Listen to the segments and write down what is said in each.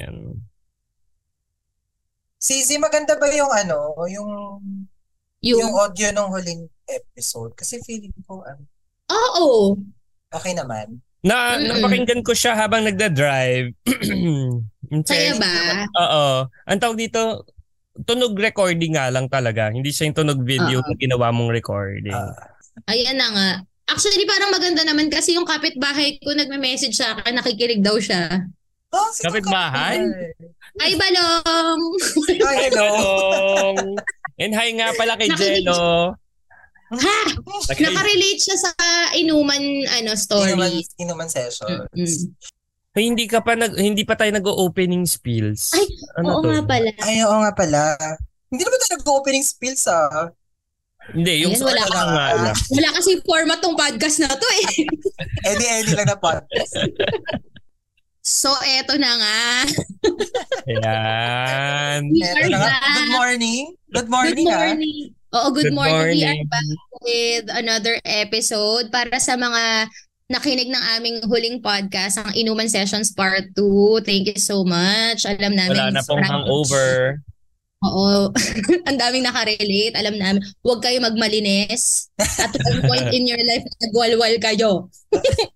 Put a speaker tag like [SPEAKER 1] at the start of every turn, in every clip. [SPEAKER 1] Yan.
[SPEAKER 2] CZ, maganda ba yung ano, yung,
[SPEAKER 3] Yung,
[SPEAKER 2] yung audio ng huling episode? Kasi feeling ko, ano,
[SPEAKER 3] oo.
[SPEAKER 2] okay naman.
[SPEAKER 1] Na,
[SPEAKER 3] Mm-mm.
[SPEAKER 1] napakinggan ko siya habang nagda-drive. In
[SPEAKER 3] Kaya
[SPEAKER 1] fairness
[SPEAKER 3] ba?
[SPEAKER 1] naman- Oo. Ang tawag dito, tunog recording nga lang talaga. Hindi siya yung tunog video
[SPEAKER 3] Oo.
[SPEAKER 1] na ginawa mong recording.
[SPEAKER 2] Ah,
[SPEAKER 3] Ayan na nga. Actually, parang maganda naman kasi yung kapitbahay ko nagme-message sa akin, nakikinig daw siya.
[SPEAKER 2] oh, sino
[SPEAKER 1] Kapit
[SPEAKER 2] ka-
[SPEAKER 1] bahay?
[SPEAKER 3] Ay, balong!
[SPEAKER 2] Ah, hello.
[SPEAKER 1] Jelong! And hi nga pala kay
[SPEAKER 3] Nakikinig-
[SPEAKER 1] Jello.
[SPEAKER 3] Ha!
[SPEAKER 1] Nakikinig-
[SPEAKER 3] Nakarelate siya sa inuman ano
[SPEAKER 2] Inuman,
[SPEAKER 3] story.
[SPEAKER 2] inuman
[SPEAKER 1] Hmm.
[SPEAKER 2] sessions.
[SPEAKER 3] Mm-mm.
[SPEAKER 1] Hey, hindi ka pa nag hindi pa tayo nag-opening spills.
[SPEAKER 3] Ay, Oo
[SPEAKER 1] Ano to?
[SPEAKER 3] nga pala.
[SPEAKER 2] Ay, oo nga pala. Hindi naman tayo nag-opening spills, ah.
[SPEAKER 1] Hindi, yung
[SPEAKER 3] Ayun,
[SPEAKER 1] sa
[SPEAKER 3] wala
[SPEAKER 1] ano
[SPEAKER 2] ka
[SPEAKER 1] lang nga
[SPEAKER 2] nga.
[SPEAKER 1] lang.
[SPEAKER 3] Wala kasi format tong podcast na to eh.
[SPEAKER 2] Edi-edi lang na podcast.
[SPEAKER 3] So, eto na nga.
[SPEAKER 1] Ayan.
[SPEAKER 3] We
[SPEAKER 2] Eto
[SPEAKER 3] are
[SPEAKER 2] na nga.
[SPEAKER 3] back.
[SPEAKER 2] Good morning. Good
[SPEAKER 3] Good
[SPEAKER 2] morning, ah.
[SPEAKER 3] morning. Oo, good,
[SPEAKER 1] Good
[SPEAKER 3] morning. We are
[SPEAKER 1] morning.
[SPEAKER 3] back with another episode para sa mga nakinig ng aming huling podcast, ang Inuman Sessions Part 2. Thank you so much. Alam namin.
[SPEAKER 1] Wala na pong
[SPEAKER 3] sobrang-
[SPEAKER 1] hangover.
[SPEAKER 3] Oo. Ang daming nakarelate. Alam namin. Huwag kayo magmalinis. At one point in your life, nagwalwal kayo.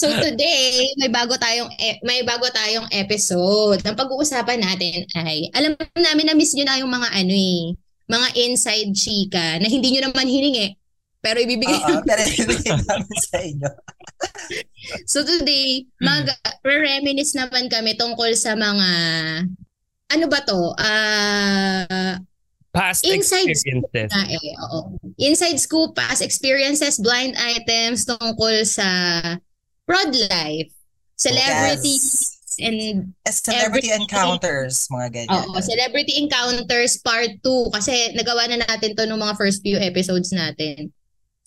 [SPEAKER 3] so today, may bago tayong e- may bago tayong episode. Ang pag-uusapan natin ay alam namin na miss niyo na yung mga ano eh, mga inside chika na hindi niyo naman hiningi. Pero ibibigay.
[SPEAKER 2] Oo, pero ibibigay Ah, namin sa inyo.
[SPEAKER 3] So today, mag reminisce naman kami tungkol sa mga ano ba to? Ah,
[SPEAKER 1] Past
[SPEAKER 3] Inside
[SPEAKER 1] experiences.
[SPEAKER 3] Ah, eh, oo. Inside scoop, past experiences, blind items tungkol sa prod life, celebrities,
[SPEAKER 2] Yes.
[SPEAKER 3] and
[SPEAKER 2] Eh, Celebrity
[SPEAKER 3] Everything.
[SPEAKER 2] encounters, mga ganyan.
[SPEAKER 3] oo, celebrity encounters part 2 kasi nagawa na natin to nung mga first few episodes natin.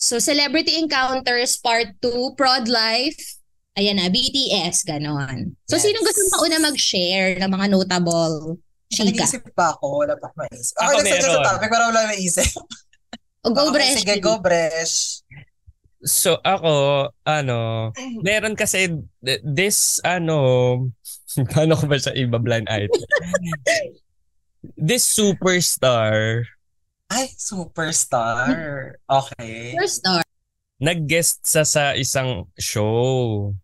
[SPEAKER 3] So, celebrity encounters part 2, prod life, ayan na, BTS, ganon. So,
[SPEAKER 2] Yes.
[SPEAKER 3] sinong gusto mo una mag-share ng mga notable chika?
[SPEAKER 2] Nag-iisip pa ako, wala pa ako maisip.
[SPEAKER 1] Ako
[SPEAKER 2] Ako nagsadya
[SPEAKER 1] meron.
[SPEAKER 2] sa topic, pero wala maisip.
[SPEAKER 3] O Oh, go,
[SPEAKER 2] Okay,
[SPEAKER 3] Bresh.
[SPEAKER 2] Sige, go Bresh.
[SPEAKER 1] So ako, ano, meron kasi th- this, ano, paano ko ba siya iba blind item? this superstar
[SPEAKER 2] Ay, superstar. Okay.
[SPEAKER 3] First star.
[SPEAKER 1] nag-guest sa sa isang show.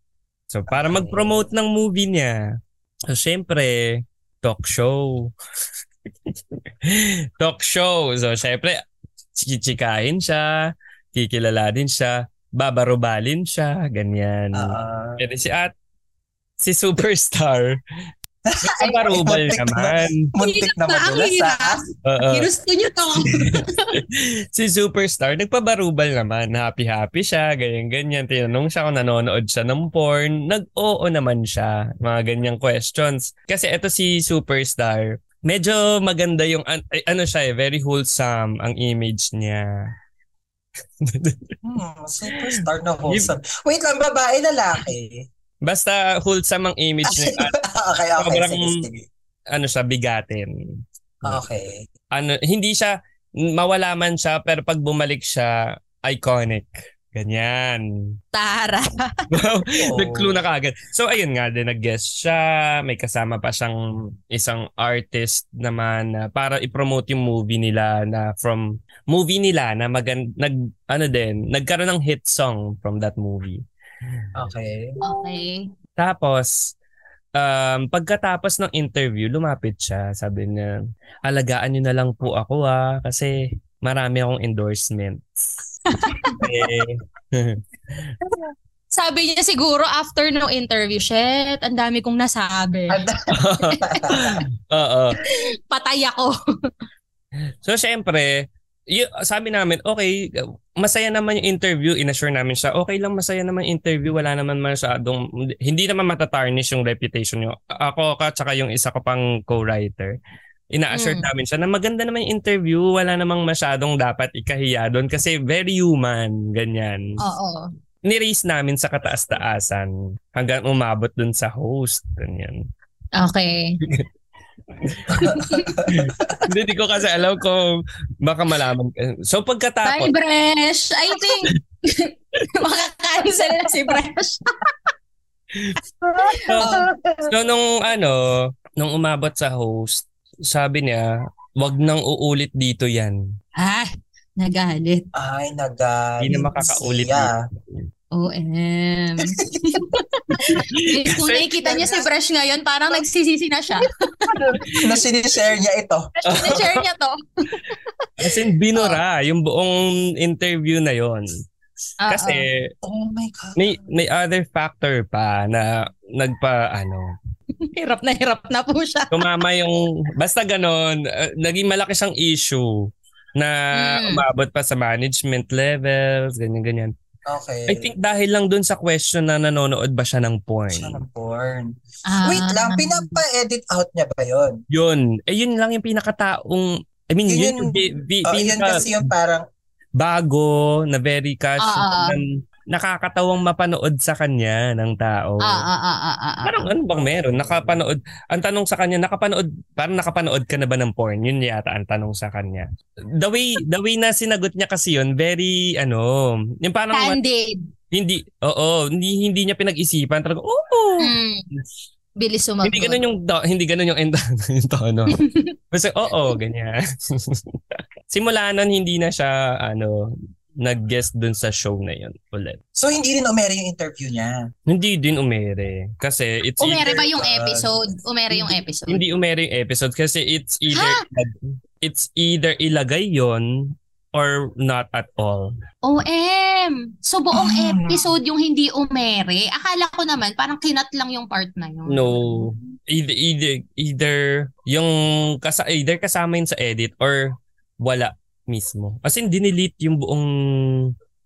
[SPEAKER 1] So para
[SPEAKER 2] Okay.
[SPEAKER 1] mag-promote ng movie niya. So syempre, talk show. talk show. So syempre, chichikahin siya, kikilalanin siya, babarubalin siya, ganyan.
[SPEAKER 2] Ah,
[SPEAKER 1] Pero si at si superstar, nakabarubal
[SPEAKER 2] Ay,
[SPEAKER 1] naman.
[SPEAKER 2] muntik na
[SPEAKER 3] Hirap ba? Ang
[SPEAKER 2] madulas
[SPEAKER 3] hirap.
[SPEAKER 2] ah.
[SPEAKER 1] Oo.
[SPEAKER 3] Ginusto niyo to.
[SPEAKER 1] si superstar, nagpabarubal naman. Happy-happy siya, ganyan-ganyan. Tinanong siya kung nanonood siya ng porn. Nag-oo naman siya. Mga ganyang questions. Kasi eto si superstar, medyo maganda yung, an- ay, ano siya eh, very wholesome ang image niya.
[SPEAKER 2] Hmm, superstar na wholesome. Wait lang, babae, lalaki.
[SPEAKER 1] Basta wholesome ang image niya. At,
[SPEAKER 2] okay, okay.
[SPEAKER 1] Sobrang-
[SPEAKER 2] Sige, sige.
[SPEAKER 1] ano siya, bigatin.
[SPEAKER 2] Okay.
[SPEAKER 1] ano, hindi siya, mawala man siya, pero pag bumalik siya, iconic. Ganyan.
[SPEAKER 3] Tara.
[SPEAKER 2] Oo.
[SPEAKER 1] Nag-clue na kaagad. So, ayun nga din, nag-guest siya. May kasama pa siyang isang artist naman na para i-promote yung movie nila na from movie nila na magan nag ano din nagkaroon ng hit song from that movie.
[SPEAKER 2] Okay.
[SPEAKER 3] Okay.
[SPEAKER 1] Tapos, um, pagkatapos ng interview, lumapit siya. Sabi niya, alagaan niyo na lang po ako ah, kasi marami akong endorsements. eh,
[SPEAKER 3] Sabi niya siguro after no interview, shit, ang dami kong nasabi.
[SPEAKER 1] oo.
[SPEAKER 3] Patay ako.
[SPEAKER 1] So, syempre, y- sabi namin, okay, masaya naman yung interview. Inassure namin siya, okay lang, masaya naman yung interview. Wala naman masyadong, hindi naman matatarnish yung reputation niyo. A- Ako ka, tsaka yung isa ko pang co-writer. Ina-assure
[SPEAKER 3] Mm.
[SPEAKER 1] namin siya na maganda naman yung interview. Wala namang masyadong dapat ikahiya doon kasi very human, ganyan.
[SPEAKER 3] Oo.
[SPEAKER 1] Nirace namin sa kataas-taasan hanggang umabot doon sa host, ganyan.
[SPEAKER 3] Okay.
[SPEAKER 1] Hindi hindi ko kasi alam kung baka malaman. eh, So pagkatapos,
[SPEAKER 3] Bye, Bresh. I think makakancel na si Bresh.
[SPEAKER 1] So, so nung ano, nung umabot sa host, sabi niya, wag nang uulit dito yan.
[SPEAKER 3] Ah, nagalit.
[SPEAKER 2] Ay, nagalit
[SPEAKER 1] Hindi na makakaulit
[SPEAKER 2] siya.
[SPEAKER 3] OM. Kung nakikita niya si Fresh ngayon, parang nagsisisi na siya.
[SPEAKER 2] Na sinishare niya ito.
[SPEAKER 3] Na-share niya to.
[SPEAKER 1] As in,
[SPEAKER 2] Ah.
[SPEAKER 1] binura yung buong interview na yon.
[SPEAKER 3] Oo.
[SPEAKER 1] Kasi
[SPEAKER 2] Oh my God.
[SPEAKER 1] may, may other factor pa na nagpa, ano,
[SPEAKER 3] hirap na hirap na po siya.
[SPEAKER 1] tumama yung, basta ganon, uh, naging malaki siyang issue na
[SPEAKER 2] Hmm.
[SPEAKER 3] Mm.
[SPEAKER 1] umabot pa sa management levels, ganyan-ganyan.
[SPEAKER 2] Okay.
[SPEAKER 1] I think dahil lang dun sa question na nanonood ba siya ng
[SPEAKER 2] siya
[SPEAKER 1] porn.
[SPEAKER 2] ng porn.
[SPEAKER 3] Ah.
[SPEAKER 2] Wait lang, pinapa-edit out niya ba yun?
[SPEAKER 1] Yun. Eh, yun lang yung pinakataong, I mean,
[SPEAKER 2] Yun
[SPEAKER 1] yun,
[SPEAKER 2] yung-
[SPEAKER 1] yung bi- bi-
[SPEAKER 2] Oh, yun
[SPEAKER 1] pinaka-
[SPEAKER 2] kasi yung parang,
[SPEAKER 1] bago na very
[SPEAKER 3] Ah.
[SPEAKER 1] casual ng nakakatawang mapanood sa kanya ng tao.
[SPEAKER 3] Ah, ah, ah, ah, ah, ah.
[SPEAKER 1] Parang ano bang meron? Nakapanood. Ang tanong sa kanya, nakapanood, parang nakapanood ka na ba ng porn? Yun yata ang tanong sa kanya. The way, the way na sinagot niya kasi yun, very ano, yung parang
[SPEAKER 3] Candid.
[SPEAKER 1] hindi, oo, hindi, hindi niya pinag-isipan "Oh, talaga. Oo.
[SPEAKER 3] Mm. Bilis sumagot.
[SPEAKER 1] Hindi ganun yung do- hindi ganun yung end yung tono. Kasi oo, ganyan. Simula nun hindi na siya ano nag-guest dun sa show na yun ulit.
[SPEAKER 2] so hindi rin umere yung interview niya.
[SPEAKER 1] Hindi din umere kasi it's
[SPEAKER 3] Umere
[SPEAKER 1] either,
[SPEAKER 3] ba yung episode? Umere yung episode.
[SPEAKER 1] hindi umere yung episode kasi it's either it's either ilagay yon or not at all.
[SPEAKER 3] OM! So buong
[SPEAKER 2] Ah.
[SPEAKER 3] episode yung hindi umere. Akala ko naman parang kinat lang yung part na yun.
[SPEAKER 1] No. Either either, either yung kasa either kasama yun sa edit or wala mismo. As in, dinelete yung buong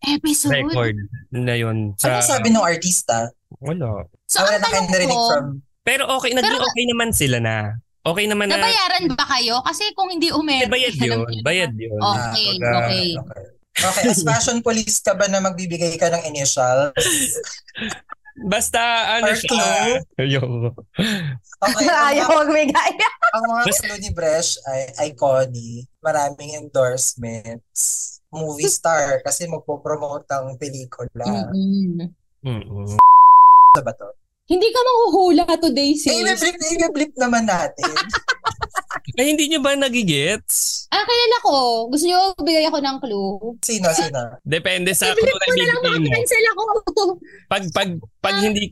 [SPEAKER 3] Episode.
[SPEAKER 1] record na yun.
[SPEAKER 2] Ano
[SPEAKER 1] Sa,
[SPEAKER 2] sabi ng artista?
[SPEAKER 1] Wala.
[SPEAKER 3] So
[SPEAKER 2] Ah, Wala
[SPEAKER 3] ang
[SPEAKER 2] na kayo
[SPEAKER 3] tanong
[SPEAKER 2] narinig
[SPEAKER 3] ko,
[SPEAKER 2] from
[SPEAKER 1] Pero okay, naging
[SPEAKER 3] Pero-
[SPEAKER 1] okay naman sila na. Okay naman na.
[SPEAKER 3] nabayaran ba kayo? Kasi kung hindi
[SPEAKER 1] Eh,
[SPEAKER 3] umere.
[SPEAKER 1] bayad
[SPEAKER 3] alam
[SPEAKER 1] yun.
[SPEAKER 3] niyo na.
[SPEAKER 1] Bayad yun.
[SPEAKER 3] Oh.
[SPEAKER 2] Ah,
[SPEAKER 3] Okay,
[SPEAKER 1] baga-
[SPEAKER 3] okay.
[SPEAKER 2] okay. Okay, as fashion police ka ba na magbibigay ka ng initial?
[SPEAKER 1] Basta ano
[SPEAKER 2] Part
[SPEAKER 1] siya. Ayoko.
[SPEAKER 2] Okay,
[SPEAKER 4] Ayaw
[SPEAKER 2] ang, mga-
[SPEAKER 4] magbigay.
[SPEAKER 2] ang mga clue ni Bresh ay iconic, maraming endorsements, movie star kasi magpo-promote ang
[SPEAKER 1] Hmm.
[SPEAKER 2] pelikula.
[SPEAKER 3] Mm-mm.
[SPEAKER 1] Mm-mm.
[SPEAKER 2] Ano ba to?
[SPEAKER 3] Hindi ka manghuhula today, sis.
[SPEAKER 2] Eh, i-blip na i-blip naman natin.
[SPEAKER 1] Eh, hindi nyo ba nagigets?
[SPEAKER 3] Ah, kilala ko. Gusto niyo bigay ako ng clue?
[SPEAKER 2] Sino, sino?
[SPEAKER 1] Depende sa
[SPEAKER 3] Bibili
[SPEAKER 1] kung
[SPEAKER 3] ko na lang Ah.
[SPEAKER 1] nabibigay
[SPEAKER 3] baka
[SPEAKER 1] mo.
[SPEAKER 3] cancel ako.
[SPEAKER 1] Pag, pag, pag hindi,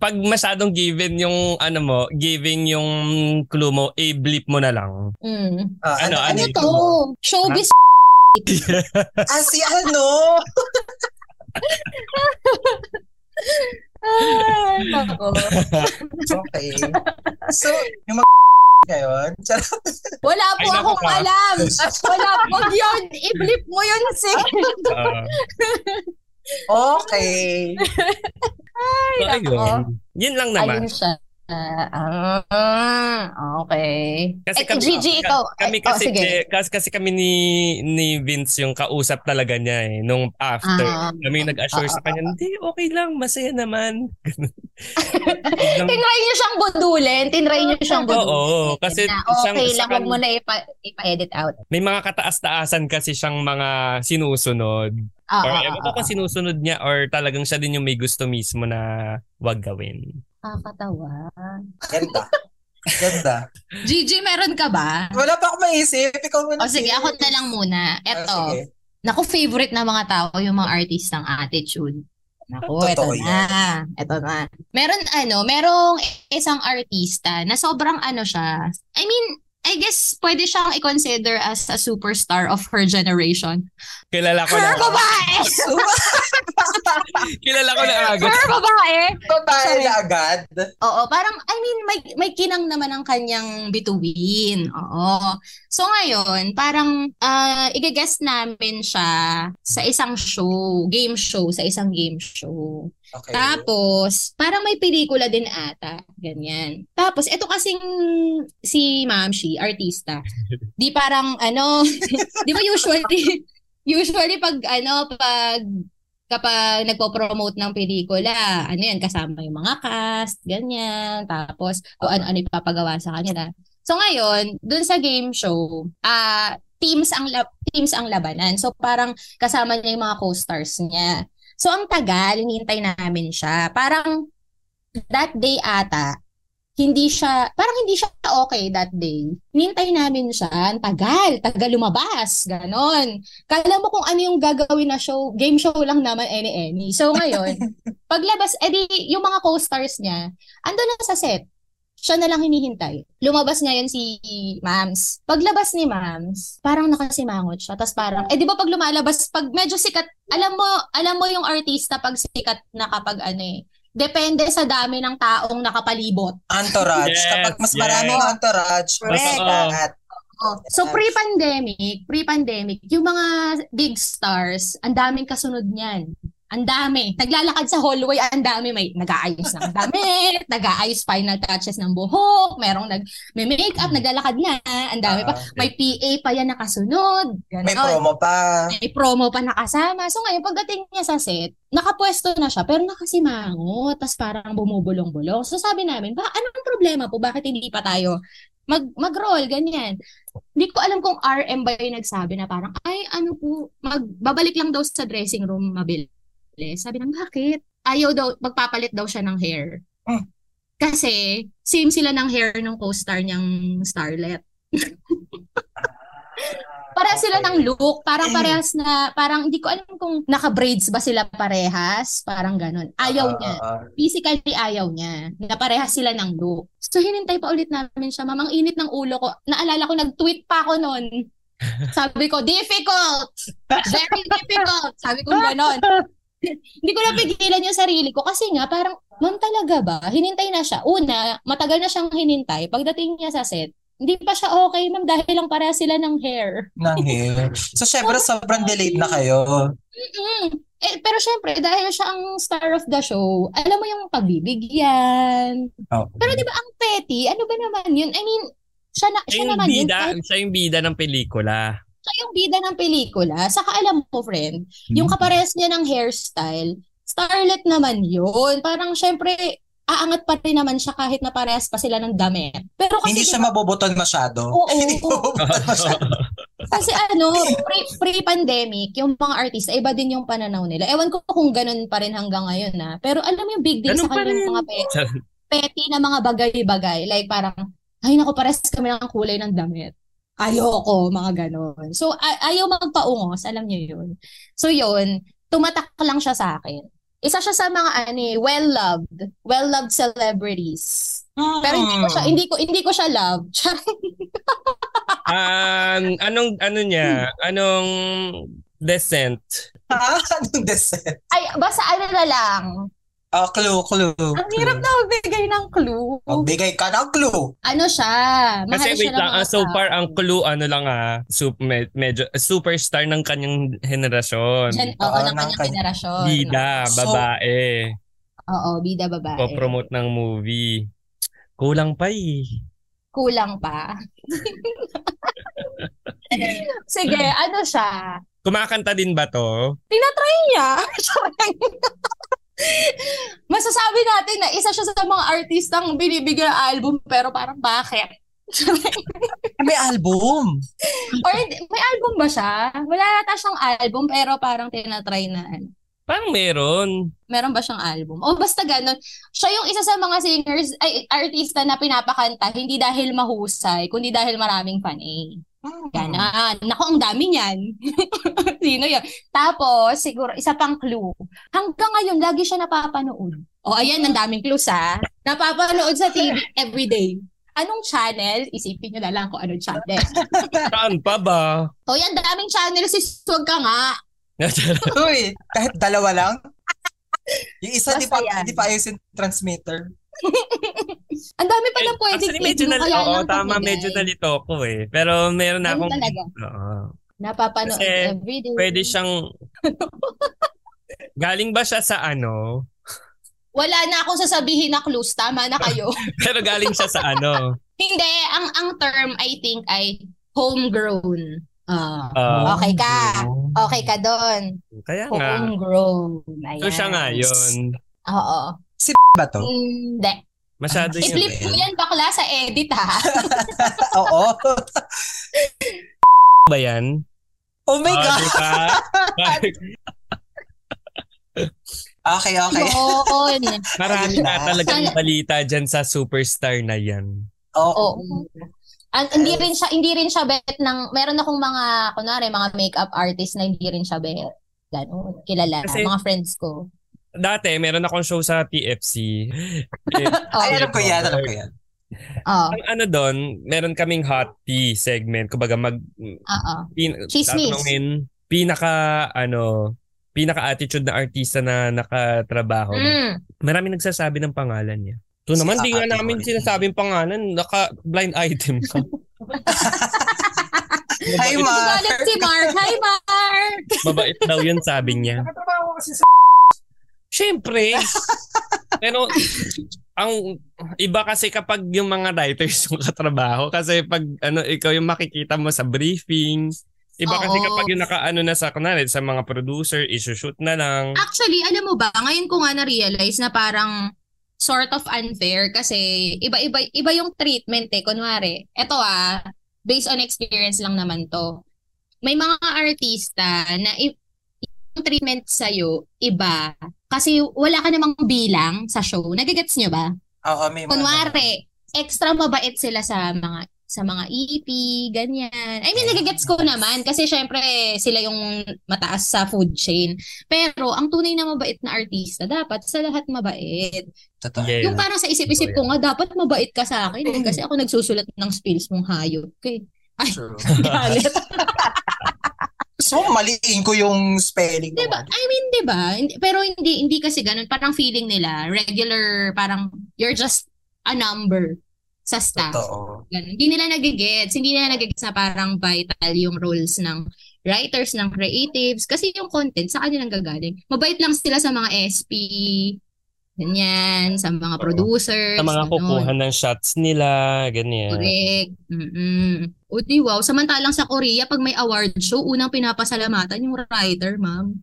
[SPEAKER 1] pag masyadong given yung, ano mo, giving yung clue mo, i-blip mo na lang.
[SPEAKER 3] Mm.
[SPEAKER 2] Ah,
[SPEAKER 1] Ano,
[SPEAKER 3] Ano
[SPEAKER 1] yung
[SPEAKER 3] to?
[SPEAKER 2] clue?
[SPEAKER 3] Showbiz
[SPEAKER 2] Ah, si ano?
[SPEAKER 3] Ah, nako.
[SPEAKER 2] Okay. So, yung mga ngayon, charot.
[SPEAKER 3] Wala po
[SPEAKER 1] Ay, nako
[SPEAKER 3] akong
[SPEAKER 1] ka.
[SPEAKER 3] alam. Wala po yun. I-blip mo yun, sis.
[SPEAKER 1] Ah.
[SPEAKER 2] okay.
[SPEAKER 1] so,
[SPEAKER 3] nako.
[SPEAKER 1] ayun. Yun lang naman.
[SPEAKER 3] Ayun siya. Ah, ah, okay.
[SPEAKER 1] Kasi
[SPEAKER 3] Kasi
[SPEAKER 1] kami-
[SPEAKER 3] Gigi, ikaw.
[SPEAKER 1] Kami
[SPEAKER 3] Ay, oh,
[SPEAKER 1] kasi,
[SPEAKER 3] sige.
[SPEAKER 1] kasi, kasi kami ni, ni Vince yung kausap talaga niya eh, nung after.
[SPEAKER 3] Ah.
[SPEAKER 1] kami yung nag-assure
[SPEAKER 3] Ah,
[SPEAKER 1] sa kanya, hindi, okay lang, masaya naman. Biglang-
[SPEAKER 3] Tinry niyo siyang budulin. Tinry niyo siyang
[SPEAKER 1] Ah, Oo,
[SPEAKER 3] budulin.
[SPEAKER 1] kasi
[SPEAKER 3] na,
[SPEAKER 1] siyang-
[SPEAKER 3] okay lang,
[SPEAKER 1] siyang-
[SPEAKER 3] huwag mo na ipa, ipa-edit out.
[SPEAKER 1] may mga kataas-taasan kasi siyang mga sinusunod.
[SPEAKER 3] Ah,
[SPEAKER 1] or
[SPEAKER 3] ah,
[SPEAKER 1] ewan ko
[SPEAKER 3] ah, ah.
[SPEAKER 1] kung sinusunod niya or talagang siya din yung may gusto mismo na wag gawin.
[SPEAKER 3] Kakatawa.
[SPEAKER 2] Ganda. Ganda.
[SPEAKER 3] Gigi, meron ka ba?
[SPEAKER 2] Wala pa akong maisip. Ikaw muna.
[SPEAKER 3] O Oh, sige, ako na lang muna.
[SPEAKER 2] Ah,
[SPEAKER 3] Eto.
[SPEAKER 2] sige.
[SPEAKER 3] Naku, favorite na mga tao yung mga artist ng attitude. Naku, eto
[SPEAKER 2] Totoo
[SPEAKER 3] na. Eto na. Meron ano, merong isang artista na sobrang ano siya. I mean, I guess pwede siyang i-consider as a superstar of her generation.
[SPEAKER 1] Kilala ko na.
[SPEAKER 3] Her babae!
[SPEAKER 1] kilala ko na agad.
[SPEAKER 3] Her babae!
[SPEAKER 2] Babae na agad.
[SPEAKER 3] Oo, parang, I mean, may, may kinang naman ang kanyang bituin. Oo. So ngayon, parang uh, i-guess namin siya sa isang show, game show, sa isang game show.
[SPEAKER 2] Okay.
[SPEAKER 3] Ah. Tapos, parang may pelikula din ata. Ganyan. Tapos, eto kasing si Ma'am Shi, artista. Di parang ano, di ba usually, usually pag ano, pag kapag nagpo-promote ng pelikula, ano yan, kasama yung mga cast, ganyan. Tapos, kung ano-ano ipapagawa sa kanila. So ngayon, dun sa game show, ah teams ang lab- teams ang labanan. So parang kasama niya yung mga co-stars niya. So ang tagal, hinintay namin siya. Parang that day ata, hindi siya, parang hindi siya okay that day. Hinintay namin siya, ang tagal, tagal lumabas, ganon. Kala mo kung ano yung gagawin na show, game show lang naman, any-any. So ngayon, paglabas, edi yung mga co-stars niya, ando na sa set. Siya na lang hinihintay. Lumabas ngayon si Mams. Paglabas ni Mams, parang nakasimangot siya. Tapos parang, eh di ba pag lumalabas, pag medyo sikat, alam mo, alam mo yung artista pag sikat na kapag ano eh, depende sa dami ng taong nakapalibot.
[SPEAKER 2] Entourage.
[SPEAKER 1] Yes,
[SPEAKER 2] Kapag mas
[SPEAKER 1] yes.
[SPEAKER 2] marami ang entourage, mas
[SPEAKER 3] Correct.
[SPEAKER 2] lahat. Oh,
[SPEAKER 3] So pre-pandemic, pre-pandemic, yung mga big stars, ang daming kasunod niyan. Ang dami. Naglalakad sa hallway, ang dami. May nag-aayos ng damit, nag-aayos final touches ng buhok, merong nag, may makeup, naglalakad na, ang dami pa.
[SPEAKER 2] Mm. Ah,
[SPEAKER 3] May PA pa yan nakasunod. Ganon.
[SPEAKER 2] may promo pa.
[SPEAKER 3] May promo pa nakasama. So ngayon, pagdating niya sa set, nakapwesto na siya, pero nakasimangot, tas parang bumubulong-bulong. So sabi namin, ba, anong problema po? Bakit hindi pa tayo mag, mag-roll, ganyan? Hindi ko alam kung RM ba yung nagsabi na parang, ay, ano po, magbabalik lang daw sa dressing room mabilis. Sabi nang, bakit? Ayaw daw, magpapalit daw siya ng hair.
[SPEAKER 2] Hmm.
[SPEAKER 3] Kasi, same sila ng hair ng co-star niyang starlet. Parehas sila ng look. Parang parehas na, parang hindi ko alam kung naka-braids ba sila parehas. Parang ganun. Ayaw niya.
[SPEAKER 2] Ah,
[SPEAKER 3] Physically ayaw niya. Na parehas sila ng look. So hinintay pa ulit namin siya. Mamang init ng ulo ko. Naalala ko, nag-tweet pa ako noon. Sabi ko, difficult! Very difficult! Sabi ko ganon. hindi ko napigilan yung sarili ko kasi nga parang, ma'am talaga ba? Hinintay na siya. Una, matagal na siyang hinintay. Pagdating niya sa set, hindi pa siya okay, ma'am, dahil lang parehas sila ng hair.
[SPEAKER 2] ng hair. So, syempre, sobrang delayed na kayo.
[SPEAKER 3] Mm-mm. Eh, pero syempre, dahil siya ang star of the show, alam mo yung pagbibigyan.
[SPEAKER 2] Oh.
[SPEAKER 3] Pero di ba ang petty? Ano ba naman yun? I mean, siya, na, siya
[SPEAKER 1] Siya yung
[SPEAKER 3] naman yun.
[SPEAKER 1] bida,
[SPEAKER 3] Kahit
[SPEAKER 1] siya yung bida ng pelikula.
[SPEAKER 3] siya yung bida ng pelikula. Saka alam mo, friend, yung
[SPEAKER 2] Hmm.
[SPEAKER 3] kapares niya ng hairstyle, starlet naman yun. Parang syempre, aangat pa rin naman siya kahit na parehas pa sila ng damit. Pero kasi
[SPEAKER 2] hindi
[SPEAKER 3] di
[SPEAKER 2] siya mabubuton masyado.
[SPEAKER 3] Oo.
[SPEAKER 2] hindi mabubuton masyado.
[SPEAKER 3] Kasi ano, pre, pre-pandemic, yung mga artista, iba din yung pananaw nila. Ewan ko kung ganun pa rin hanggang ngayon na. Pero alam mo yung big deal
[SPEAKER 1] Ganun
[SPEAKER 3] sa
[SPEAKER 1] pa
[SPEAKER 3] kanila
[SPEAKER 1] rin.
[SPEAKER 3] yung mga pe- petty na mga bagay-bagay. Like parang, ay nako, pares kami lang ang kulay ng damit. Ayoko, mga ganun. So, a- ayaw magpaungos, alam niyo yun. So yun, tumatak lang siya sa akin. Isa siya sa mga ano, eh, well-loved, well-loved celebrities. Pero hindi ko siya
[SPEAKER 1] Hmm.
[SPEAKER 3] hindi ko hindi ko siya love.
[SPEAKER 1] um, anong, ano niya? Anong descent?
[SPEAKER 2] Ah, anong descent?
[SPEAKER 3] Ay, basta ano na lang.
[SPEAKER 2] Ah, clue, clue.
[SPEAKER 3] Ang hirap na magbigay ng clue.
[SPEAKER 2] Magbigay ka ng clue.
[SPEAKER 3] Ano siya? Mahal
[SPEAKER 1] Kasi
[SPEAKER 3] siya
[SPEAKER 1] wait
[SPEAKER 3] ng
[SPEAKER 1] lang,
[SPEAKER 3] mga
[SPEAKER 1] ah, so
[SPEAKER 3] tao.
[SPEAKER 1] far ang clue, ano lang ah, sup, med- medyo, superstar ng kanyang henerasyon.
[SPEAKER 3] Gen, oh, oo,
[SPEAKER 2] Oo,
[SPEAKER 3] ng
[SPEAKER 2] ng
[SPEAKER 3] kanyang
[SPEAKER 2] kanya-
[SPEAKER 3] generasyon.
[SPEAKER 1] Ah, Bida,
[SPEAKER 2] So-
[SPEAKER 1] babae.
[SPEAKER 3] Oo, bida babae.
[SPEAKER 1] Popromote ng movie. Kulang pa eh.
[SPEAKER 3] Kulang pa. Sige, ano siya?
[SPEAKER 1] Kumakanta din ba to?
[SPEAKER 3] Niya. Masasabi natin na isa siya sa mga artistang binibigyan ng album pero parang bakit?
[SPEAKER 2] Ah, May album.
[SPEAKER 3] Or hindi- may album ba siya? Wala nata siyang album pero parang tinatry na ano.
[SPEAKER 1] Parang meron.
[SPEAKER 3] meron ba siyang album? O basta ganun. Siya yung isa sa mga singers, ay, artista na pinapakanta, hindi dahil mahusay, kundi dahil maraming fan eh.
[SPEAKER 2] Hmm.
[SPEAKER 3] Ganon.
[SPEAKER 1] Mm.
[SPEAKER 3] Nako, ang dami niyan. Sino yun? Tapos, siguro, isa pang clue. Hanggang ngayon, lagi siya napapanood. O, ayan, ang daming clues ha. Napapanood sa TV everyday. Anong channel? Isipin nyo na lang kung anong channel.
[SPEAKER 1] Saan pa ba?
[SPEAKER 3] O, yan, daming channel. Sis, huwag ka nga.
[SPEAKER 2] Hmm. Uy, kahit dalawa lang. Yung isa di pa,
[SPEAKER 3] Basta yan.
[SPEAKER 2] di pa ayusin transmitter.
[SPEAKER 3] Ang dami pala pwedeng
[SPEAKER 1] Actually, medyo
[SPEAKER 3] i-clue,
[SPEAKER 1] na,
[SPEAKER 3] kaya
[SPEAKER 1] oo,
[SPEAKER 3] lang
[SPEAKER 1] tama,
[SPEAKER 3] pamigay.
[SPEAKER 1] medyo nalito ko eh. Pero meron na
[SPEAKER 3] Ano
[SPEAKER 1] akong...
[SPEAKER 3] talaga?
[SPEAKER 1] Oo.
[SPEAKER 3] Napapanood
[SPEAKER 1] Kasi
[SPEAKER 3] everyday.
[SPEAKER 1] Pwede siyang... Galing ba siya sa ano?
[SPEAKER 3] Wala na akong sasabihin na clues. Tama na kayo.
[SPEAKER 1] Pero galing siya sa ano?
[SPEAKER 3] Hindi. Ang ang term, I think, ay homegrown. Ah,
[SPEAKER 1] Ah. Oh,
[SPEAKER 3] okay ka. Okay ka doon.
[SPEAKER 1] Kaya nga.
[SPEAKER 3] Homegrown. Ayan.
[SPEAKER 1] So siya nga yun.
[SPEAKER 3] Oo.
[SPEAKER 2] Ba to?
[SPEAKER 3] Hindi.
[SPEAKER 1] Masyado yun.
[SPEAKER 3] I-flip mo yan bakla sa edit ha.
[SPEAKER 2] Oo.
[SPEAKER 1] ba yan? diba?
[SPEAKER 2] Oh my
[SPEAKER 1] Ah,
[SPEAKER 2] God.
[SPEAKER 1] di ba?
[SPEAKER 2] Okay, okay.
[SPEAKER 3] Yun.
[SPEAKER 1] Marami na talagang
[SPEAKER 3] Sana-
[SPEAKER 1] balita dyan sa superstar na yan.
[SPEAKER 2] Oo.
[SPEAKER 3] Oo. An- hindi rin siya hindi rin siya bet ng meron akong mga kunwari mga makeup artist na hindi rin siya bet. Ganun, kilala
[SPEAKER 1] Kasi-
[SPEAKER 3] mga friends ko.
[SPEAKER 1] Dati, meron akong show sa TFC. Eh,
[SPEAKER 3] Oh,
[SPEAKER 2] Ay, alam ko yan, alam ko yan.
[SPEAKER 3] oh,
[SPEAKER 1] ang ano doon, meron kaming hot tea segment. Kumbaga, mag,
[SPEAKER 3] oo.
[SPEAKER 1] pin,
[SPEAKER 3] Chismis.
[SPEAKER 1] tatanungin, pinaka, ano, pinaka-attitude na artista na nakatrabaho.
[SPEAKER 3] Mm.
[SPEAKER 1] Marami nagsasabi ng pangalan niya. Ito
[SPEAKER 2] Si
[SPEAKER 1] naman, di nga
[SPEAKER 2] Ate
[SPEAKER 1] namin
[SPEAKER 2] Lorraine.
[SPEAKER 1] sinasabing pangalan. Naka-blind item ka.
[SPEAKER 2] Hi,
[SPEAKER 1] mabait,
[SPEAKER 2] Mark.
[SPEAKER 3] Galit si Mark. Hi, Mark!
[SPEAKER 1] mabait daw yun, sabi niya.
[SPEAKER 2] Nakatrabaho kasi sa
[SPEAKER 1] Siyempre. Pero ang iba kasi kapag yung mga writers yung katrabaho kasi pag ano ikaw yung makikita mo sa briefing Iba kasi
[SPEAKER 3] Oo.
[SPEAKER 1] kapag yung nakaano na sa kunwari, sa mga producer, isushoot na lang.
[SPEAKER 3] Actually, alam mo ba, ngayon ko nga na-realize na parang sort of unfair kasi iba-iba iba yung treatment eh. Kunwari, eto ah, based on experience lang naman to. May mga artista na i- yung treatment sa'yo, iba. Kasi wala ka namang bilang sa show. Nagigets nyo ba?
[SPEAKER 2] Oo, may mga...
[SPEAKER 3] Kunwari, extra mabait sila sa mga sa mga EP, ganyan. I mean, nagagets ko naman kasi syempre sila yung mataas sa food chain. Pero ang tunay na mabait na artista, dapat sa lahat mabait.
[SPEAKER 2] Totoo.
[SPEAKER 1] Yeah.
[SPEAKER 3] Ah, Yung parang sa isip-isip ko nga, dapat mabait ka sa akin eh, kasi ako nagsusulat ng spills mong hayop. Okay.
[SPEAKER 2] True.
[SPEAKER 3] Galit.
[SPEAKER 2] So, maliin ko yung spelling
[SPEAKER 3] Di ba?
[SPEAKER 2] naman.
[SPEAKER 3] I mean, di ba? Hindi- Pero hindi hindi kasi ganun. Parang feeling nila, regular, parang you're just a number sa staff.
[SPEAKER 2] Totoo.
[SPEAKER 3] Ganun. Hindi nila nagigets. Hindi nila nagigets na parang vital yung roles ng writers, ng creatives. Kasi yung content, sa kanilang gagaling. Mabait lang sila sa mga SP, ganyan, sa
[SPEAKER 1] Oo.
[SPEAKER 3] mga producers.
[SPEAKER 1] Sa mga
[SPEAKER 3] ganun.
[SPEAKER 1] kukuha ng shots nila, ganyan.
[SPEAKER 3] Correct. Mm-mm. O di wow. Samantalang sa Korea, pag may award show, unang pinapasalamatan yung writer, ma'am.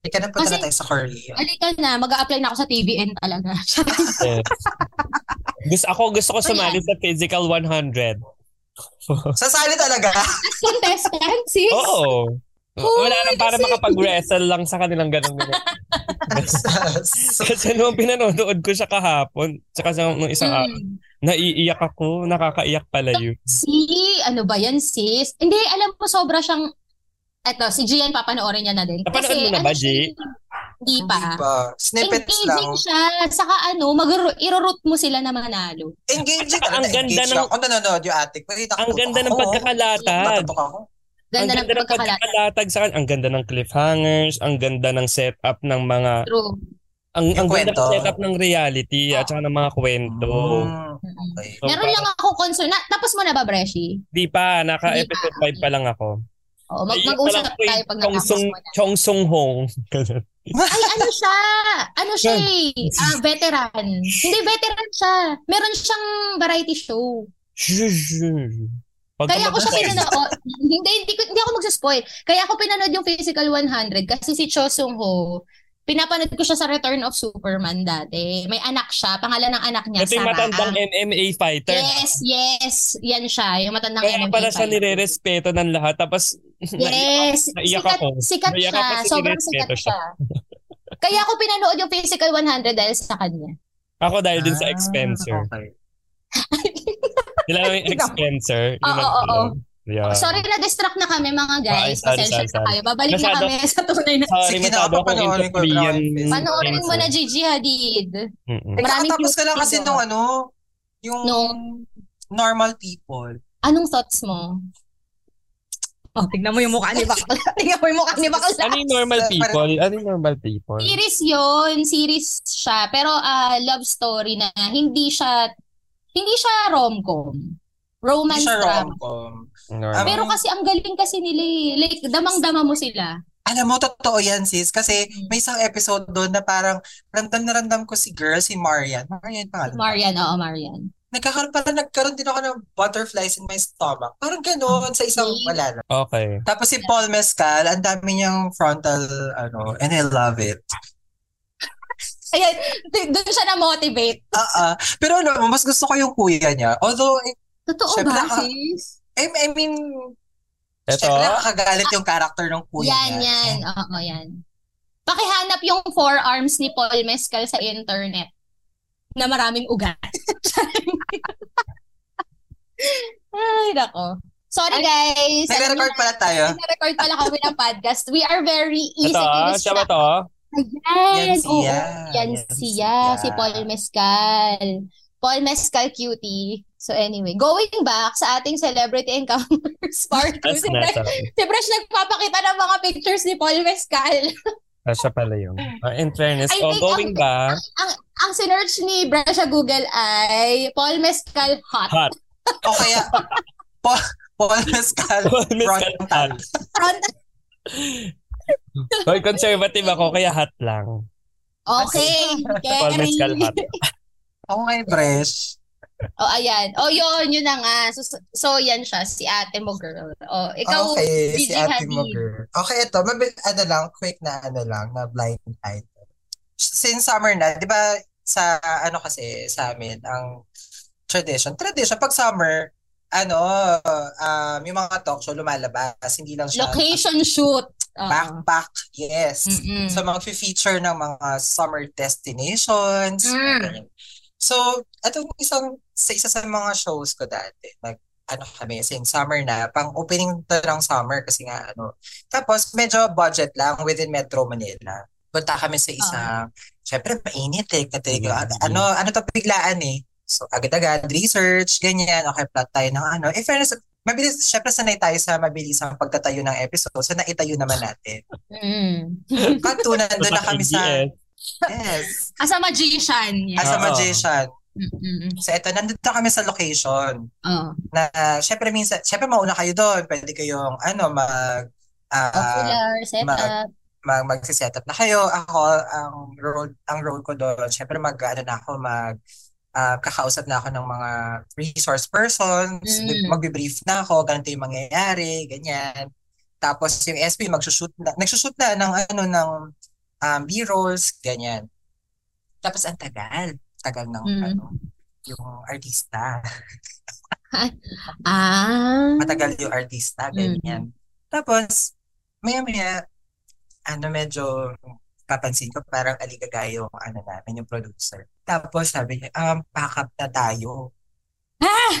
[SPEAKER 2] Teka na punta
[SPEAKER 3] Kasi-
[SPEAKER 2] na tayo sa Korea.
[SPEAKER 3] Alika na, mag apply na ako sa TVN talaga.
[SPEAKER 1] Yes. gusto, ako gusto ko sumali sa Physical 100.
[SPEAKER 2] Sasali talaga.
[SPEAKER 3] As contestant, sis.
[SPEAKER 1] Oo. Wala lang para
[SPEAKER 3] kasi-
[SPEAKER 1] makapag-wrestle lang sa kanilang ganun.
[SPEAKER 2] So,
[SPEAKER 1] Kasi nung pinanonood ko siya kahapon, tsaka sa nung isang araw,
[SPEAKER 3] Mm.
[SPEAKER 1] naiiyak ako, nakakaiyak pala yun.
[SPEAKER 3] Si, ano ba yan, sis? Hindi, alam ko sobra siyang, eto, si Gian papanoorin niya na din.
[SPEAKER 1] Napanood mo na
[SPEAKER 3] ano
[SPEAKER 1] ba,
[SPEAKER 3] siya,
[SPEAKER 1] G?
[SPEAKER 2] Hindi
[SPEAKER 3] Hindi pa.
[SPEAKER 2] pa. Snippets lang.
[SPEAKER 3] Engaging siya, saka ano, mag- iroroot mo sila na manalo.
[SPEAKER 2] Engaging.
[SPEAKER 1] Ang
[SPEAKER 2] Ang
[SPEAKER 1] ganda
[SPEAKER 2] ganda ng...
[SPEAKER 1] ng-
[SPEAKER 2] Ako nanonood yung ate ko. Ay,
[SPEAKER 1] Ang
[SPEAKER 2] nakatutok
[SPEAKER 1] ganda ng
[SPEAKER 2] ako.
[SPEAKER 1] pagkakalatag.
[SPEAKER 2] Natutok ako.
[SPEAKER 1] Ang
[SPEAKER 3] Ganda, ng
[SPEAKER 1] ganda ng
[SPEAKER 3] pagkakalat.
[SPEAKER 1] pagkakalatag sa kanya. Ang ganda ng cliffhangers, ang ganda ng setup ng mga,
[SPEAKER 3] True.
[SPEAKER 1] ang, ang ganda
[SPEAKER 2] kwento.
[SPEAKER 1] ng setup ng reality at saka ng mga kwento.
[SPEAKER 2] Mm,
[SPEAKER 3] Mm-mm.
[SPEAKER 2] okay.
[SPEAKER 1] So,
[SPEAKER 3] Hmm. Meron lang ako concern. Na, tapos mo na ba, Breshi?
[SPEAKER 1] Di pa, naka-episode
[SPEAKER 3] Di pa.
[SPEAKER 1] 5 pa lang ako.
[SPEAKER 3] Oo, mag-
[SPEAKER 1] Ayun pa
[SPEAKER 3] mag-usap
[SPEAKER 1] lang po yung
[SPEAKER 3] tayo pag
[SPEAKER 1] Chong
[SPEAKER 3] natapos
[SPEAKER 1] Sung,
[SPEAKER 3] mo na.
[SPEAKER 1] Chong Sung Hong.
[SPEAKER 3] Ay, ano siya? Ano siya eh? Ah, veteran. Hindi, veteran siya. Meron siyang variety show.
[SPEAKER 1] Pag
[SPEAKER 3] Kaya ako siya
[SPEAKER 1] lumabas- eh.
[SPEAKER 3] pinanood. hindi, hindi, ko- hindi ako magsaspoil. Kaya ako pinanood yung Physical 100 kasi si Cho Sung Ho, pinapanood ko siya sa Return of Superman dati. May anak siya. Pangalan ng anak niya,
[SPEAKER 1] Ito yung
[SPEAKER 3] Sarah. um,
[SPEAKER 1] matandang MMA fighter.
[SPEAKER 3] Yes, yes. Yan siya. Yung matandang
[SPEAKER 1] Kaya
[SPEAKER 3] MMA
[SPEAKER 1] pala siya
[SPEAKER 3] fighter.
[SPEAKER 1] nire-respeto ng lahat. Tapos,
[SPEAKER 3] Yes.
[SPEAKER 1] Naiyak
[SPEAKER 3] sikat,
[SPEAKER 1] ako.
[SPEAKER 3] sikat
[SPEAKER 1] Naiyak
[SPEAKER 3] siya.
[SPEAKER 1] ako kasi
[SPEAKER 3] Sobrang
[SPEAKER 1] nirespeto
[SPEAKER 3] sikat
[SPEAKER 1] siya.
[SPEAKER 3] siya. Kaya ako pinanood yung Physical 100 dahil sa kanya.
[SPEAKER 1] ako dahil din sa
[SPEAKER 2] Ah,
[SPEAKER 1] Expenser.
[SPEAKER 2] okay.
[SPEAKER 1] Sila yung Expenser.
[SPEAKER 3] Oo, oo, oo.
[SPEAKER 1] Yeah.
[SPEAKER 3] Sorry na distract na kami mga guys.
[SPEAKER 1] Ah, sorry,
[SPEAKER 3] Pasensya
[SPEAKER 1] sorry,
[SPEAKER 3] na
[SPEAKER 1] sorry.
[SPEAKER 3] kayo. Babalik na
[SPEAKER 1] Masyado-
[SPEAKER 3] kami sa tunay na.
[SPEAKER 1] Sorry,
[SPEAKER 2] Sige na,
[SPEAKER 1] masyado akong
[SPEAKER 2] papanoorin
[SPEAKER 1] into
[SPEAKER 2] ko,
[SPEAKER 1] Korean.
[SPEAKER 2] Brian.
[SPEAKER 3] Panoorin mo na Gigi Hadid.
[SPEAKER 1] Mm-mm.
[SPEAKER 2] Eh,
[SPEAKER 3] Maraming
[SPEAKER 2] kakatapos ka lang
[SPEAKER 3] cute
[SPEAKER 2] kasi
[SPEAKER 3] video.
[SPEAKER 2] nung ano, yung
[SPEAKER 3] Nung-
[SPEAKER 2] normal people.
[SPEAKER 3] Anong thoughts mo? Oh, tignan mo yung mukha ni Bakla. tignan mo yung mukha ni Bakla.
[SPEAKER 1] Ano yung normal
[SPEAKER 2] Parang-
[SPEAKER 1] people? Ano yung normal people?
[SPEAKER 3] Series yon series siya. Pero ah, love story na hindi siya, hindi siya rom-com.
[SPEAKER 2] Hindi
[SPEAKER 3] Romance
[SPEAKER 2] siya
[SPEAKER 3] drama.
[SPEAKER 2] rom-com.
[SPEAKER 1] Normal.
[SPEAKER 3] Pero kasi ang galing kasi nila eh. Like, damang-dama mo sila.
[SPEAKER 2] Alam mo, totoo yan sis. Kasi
[SPEAKER 3] Hmm.
[SPEAKER 2] may isang episode doon na parang ramdam na ramdam ko si girl, si Marian. Marian pangalan. ba?
[SPEAKER 3] Marian, oo, Marian.
[SPEAKER 2] Nagkakaroon pala, nagkaroon din ako ng butterflies in my stomach. Parang ganoon sa isang,
[SPEAKER 3] Okay.
[SPEAKER 2] wala lang.
[SPEAKER 1] Okay.
[SPEAKER 2] Tapos si Paul Mescal, ang dami niyang frontal, ano, and I love it.
[SPEAKER 3] Ayan, d- doon siya na-motivate.
[SPEAKER 2] Ah, ah. Pero alam mo, mas gusto ko yung kuya niya. Although, eh,
[SPEAKER 3] Totoo
[SPEAKER 2] Siyempre,
[SPEAKER 3] ba,
[SPEAKER 2] ah,
[SPEAKER 3] sis?
[SPEAKER 2] I, I mean,
[SPEAKER 1] Ito,
[SPEAKER 2] syempre nakakagalit yung character ng kuya
[SPEAKER 3] Yan,
[SPEAKER 2] niya.
[SPEAKER 3] yan. Oo, yan. Pakihanap yung forearms ni Paul Mescal sa internet na maraming ugat. Ay, nako. Sorry guys.
[SPEAKER 2] Nag-record
[SPEAKER 3] Alam niyo
[SPEAKER 2] pala tayo.
[SPEAKER 3] na, Nag-record pala kami ng podcast. We are very easy
[SPEAKER 1] Ito, ah,
[SPEAKER 3] to
[SPEAKER 1] siya ba
[SPEAKER 3] distract.
[SPEAKER 1] to?
[SPEAKER 3] Ayan,
[SPEAKER 2] Yan siya.
[SPEAKER 3] oo, yan
[SPEAKER 2] Yan
[SPEAKER 3] siya,
[SPEAKER 2] siya.
[SPEAKER 3] si Paul Mescal. Paul Mescal cutie. So anyway, going back sa ating celebrity encounters part 2.
[SPEAKER 1] That's
[SPEAKER 3] Si,
[SPEAKER 1] not
[SPEAKER 3] Bresh- si Bresh nagpapakita ng mga pictures ni Paul Mescal.
[SPEAKER 1] Ah, siya pala yun. Ah, in fairness,
[SPEAKER 3] I
[SPEAKER 1] oh, going
[SPEAKER 3] think ang-
[SPEAKER 1] back,
[SPEAKER 3] Ang sinerch ni Bresh sa Google ay Paul Mescal hot.
[SPEAKER 1] hot.
[SPEAKER 2] O kaya, Paul, Paul Mescal.
[SPEAKER 1] Miss
[SPEAKER 2] Front
[SPEAKER 1] Kalpan.
[SPEAKER 3] Front
[SPEAKER 1] Hoy, conservative ako, kaya hot lang.
[SPEAKER 3] Okay,
[SPEAKER 1] Ah,
[SPEAKER 2] Eh,
[SPEAKER 1] Paul
[SPEAKER 3] Gary.
[SPEAKER 1] Mescal hot.
[SPEAKER 2] Ako ngayon, Bresh.
[SPEAKER 3] Oh, ayan. Oh, yun, yun na nga. So, so yan siya, si ate mo, girl. Oh, ikaw,
[SPEAKER 2] Okay, si
[SPEAKER 3] Gigi
[SPEAKER 2] ate
[SPEAKER 3] Hadid.
[SPEAKER 2] mo, girl. Okay, ito. Mabil, ano lang, quick na ano lang, na blind item. Since summer na, di ba, sa ano kasi, sa amin, ang tradition. Tradition, pag summer, ano, um, yung mga talk show lumalabas, hindi lang siya
[SPEAKER 3] location shoot. Oo.
[SPEAKER 2] backpack, yes.
[SPEAKER 3] Mm-mm.
[SPEAKER 2] So, mag-feature ng mga summer destinations.
[SPEAKER 3] Mm.
[SPEAKER 2] ganyan. So, ito isang, sa isa sa mga shows ko dati, nag, ano kami, since summer na, pang opening to ng summer kasi nga, ano. Tapos, medyo budget lang within Metro Manila. Punta kami sa isang, syempre, mainit eh, katilig.
[SPEAKER 1] Yeah.
[SPEAKER 2] Ano, ano to biglaan eh. So, agad-agad, research, ganyan. Okay, plot tayo ng ano. In fairness, mabilis, syempre, sanay tayo sa mabilis ang pagtatayo ng episode. So, naitayo naman natin.
[SPEAKER 3] Mm.
[SPEAKER 2] Kato, nandun na
[SPEAKER 1] Sa
[SPEAKER 2] kami sa...
[SPEAKER 1] ABS.
[SPEAKER 2] Yes.
[SPEAKER 3] As a magician. Yes.
[SPEAKER 2] As a
[SPEAKER 1] Oo.
[SPEAKER 2] magician.
[SPEAKER 3] Mm-mm.
[SPEAKER 2] So, eto, nandun na kami sa location.
[SPEAKER 3] Oh.
[SPEAKER 2] Na, syempre, minsan, syempre, mauna kayo doon. Pwede kayong, ano, mag... ah,
[SPEAKER 3] Popular setup.
[SPEAKER 2] mag magsiset up na kayo. Ako, ang role, ang role ko doon, syempre, mag, ano na ako, mag... ah, kakausap na ako ng mga resource persons.
[SPEAKER 3] Mm.
[SPEAKER 2] Magbe-brief na ako. Ganito yung mangyayari. Ganyan. Tapos, yung SP, magsushoot na. Nagsushoot na ng, ano, ng um, B-rolls. Ganyan. Tapos ang tagal. Tagal ng
[SPEAKER 3] Mm.
[SPEAKER 2] ano, yung artista.
[SPEAKER 3] Ah.
[SPEAKER 2] Matagal yung artista, ganyan. Tapos, maya-maya, ano medyo papansin ko parang aligagay yung ano namin, yung producer. Tapos sabi niya, um, pack up na tayo.
[SPEAKER 3] Ah!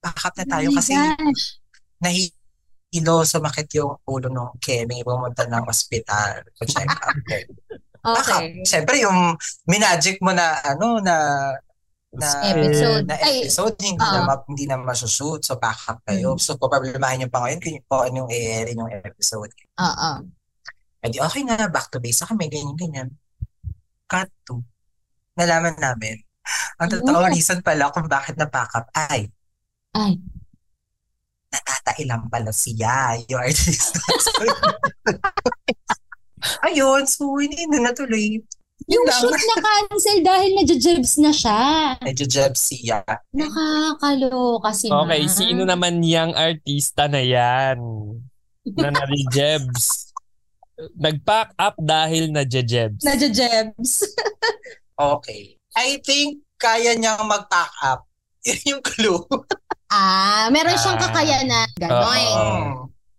[SPEAKER 2] Pack up na tayo
[SPEAKER 3] Oh my
[SPEAKER 2] kasi
[SPEAKER 3] gosh.
[SPEAKER 2] nahilo, sumakit yung ulo ng Kemi, pumunta ng ospital to check up. Pack up.
[SPEAKER 3] Okay.
[SPEAKER 2] Siyempre yung minagic mo na ano na na
[SPEAKER 3] Episode.
[SPEAKER 2] na
[SPEAKER 3] Ay, ah. Hmm.
[SPEAKER 2] episode, hindi
[SPEAKER 3] oo.
[SPEAKER 2] na ma- hindi na masushoot. So, back up kayo. So, papablemahin niyo pa ngayon kung kung ano yung i-airin yung episode.
[SPEAKER 3] Oo.
[SPEAKER 2] Eh di, okay na, back to base na kami, ganyan, ganyan. Cut to. Nalaman namin. Ang totoo
[SPEAKER 3] Ano?
[SPEAKER 2] reason pala kung bakit na-pack up ay,
[SPEAKER 3] Ay.
[SPEAKER 2] natatailan pala siya, yung artista. Ayun, so hindi na natuloy.
[SPEAKER 3] Yung
[SPEAKER 2] lang.
[SPEAKER 3] shoot na cancel dahil nadja-jebs na siya.
[SPEAKER 2] Medyo jeb siya.
[SPEAKER 3] Nakakaloka si
[SPEAKER 1] Okay, sino naman yang artista na yan? Na na-jebs. Nag-pack up dahil na-jebs.
[SPEAKER 3] Nadja-jebs.
[SPEAKER 2] Okay. I think kaya niyang mag-pack up. Yun yung clue.
[SPEAKER 3] Ah, meron siyang
[SPEAKER 1] Ah.
[SPEAKER 3] kakayanan.
[SPEAKER 1] Oo.
[SPEAKER 3] Ganon.
[SPEAKER 2] Mm.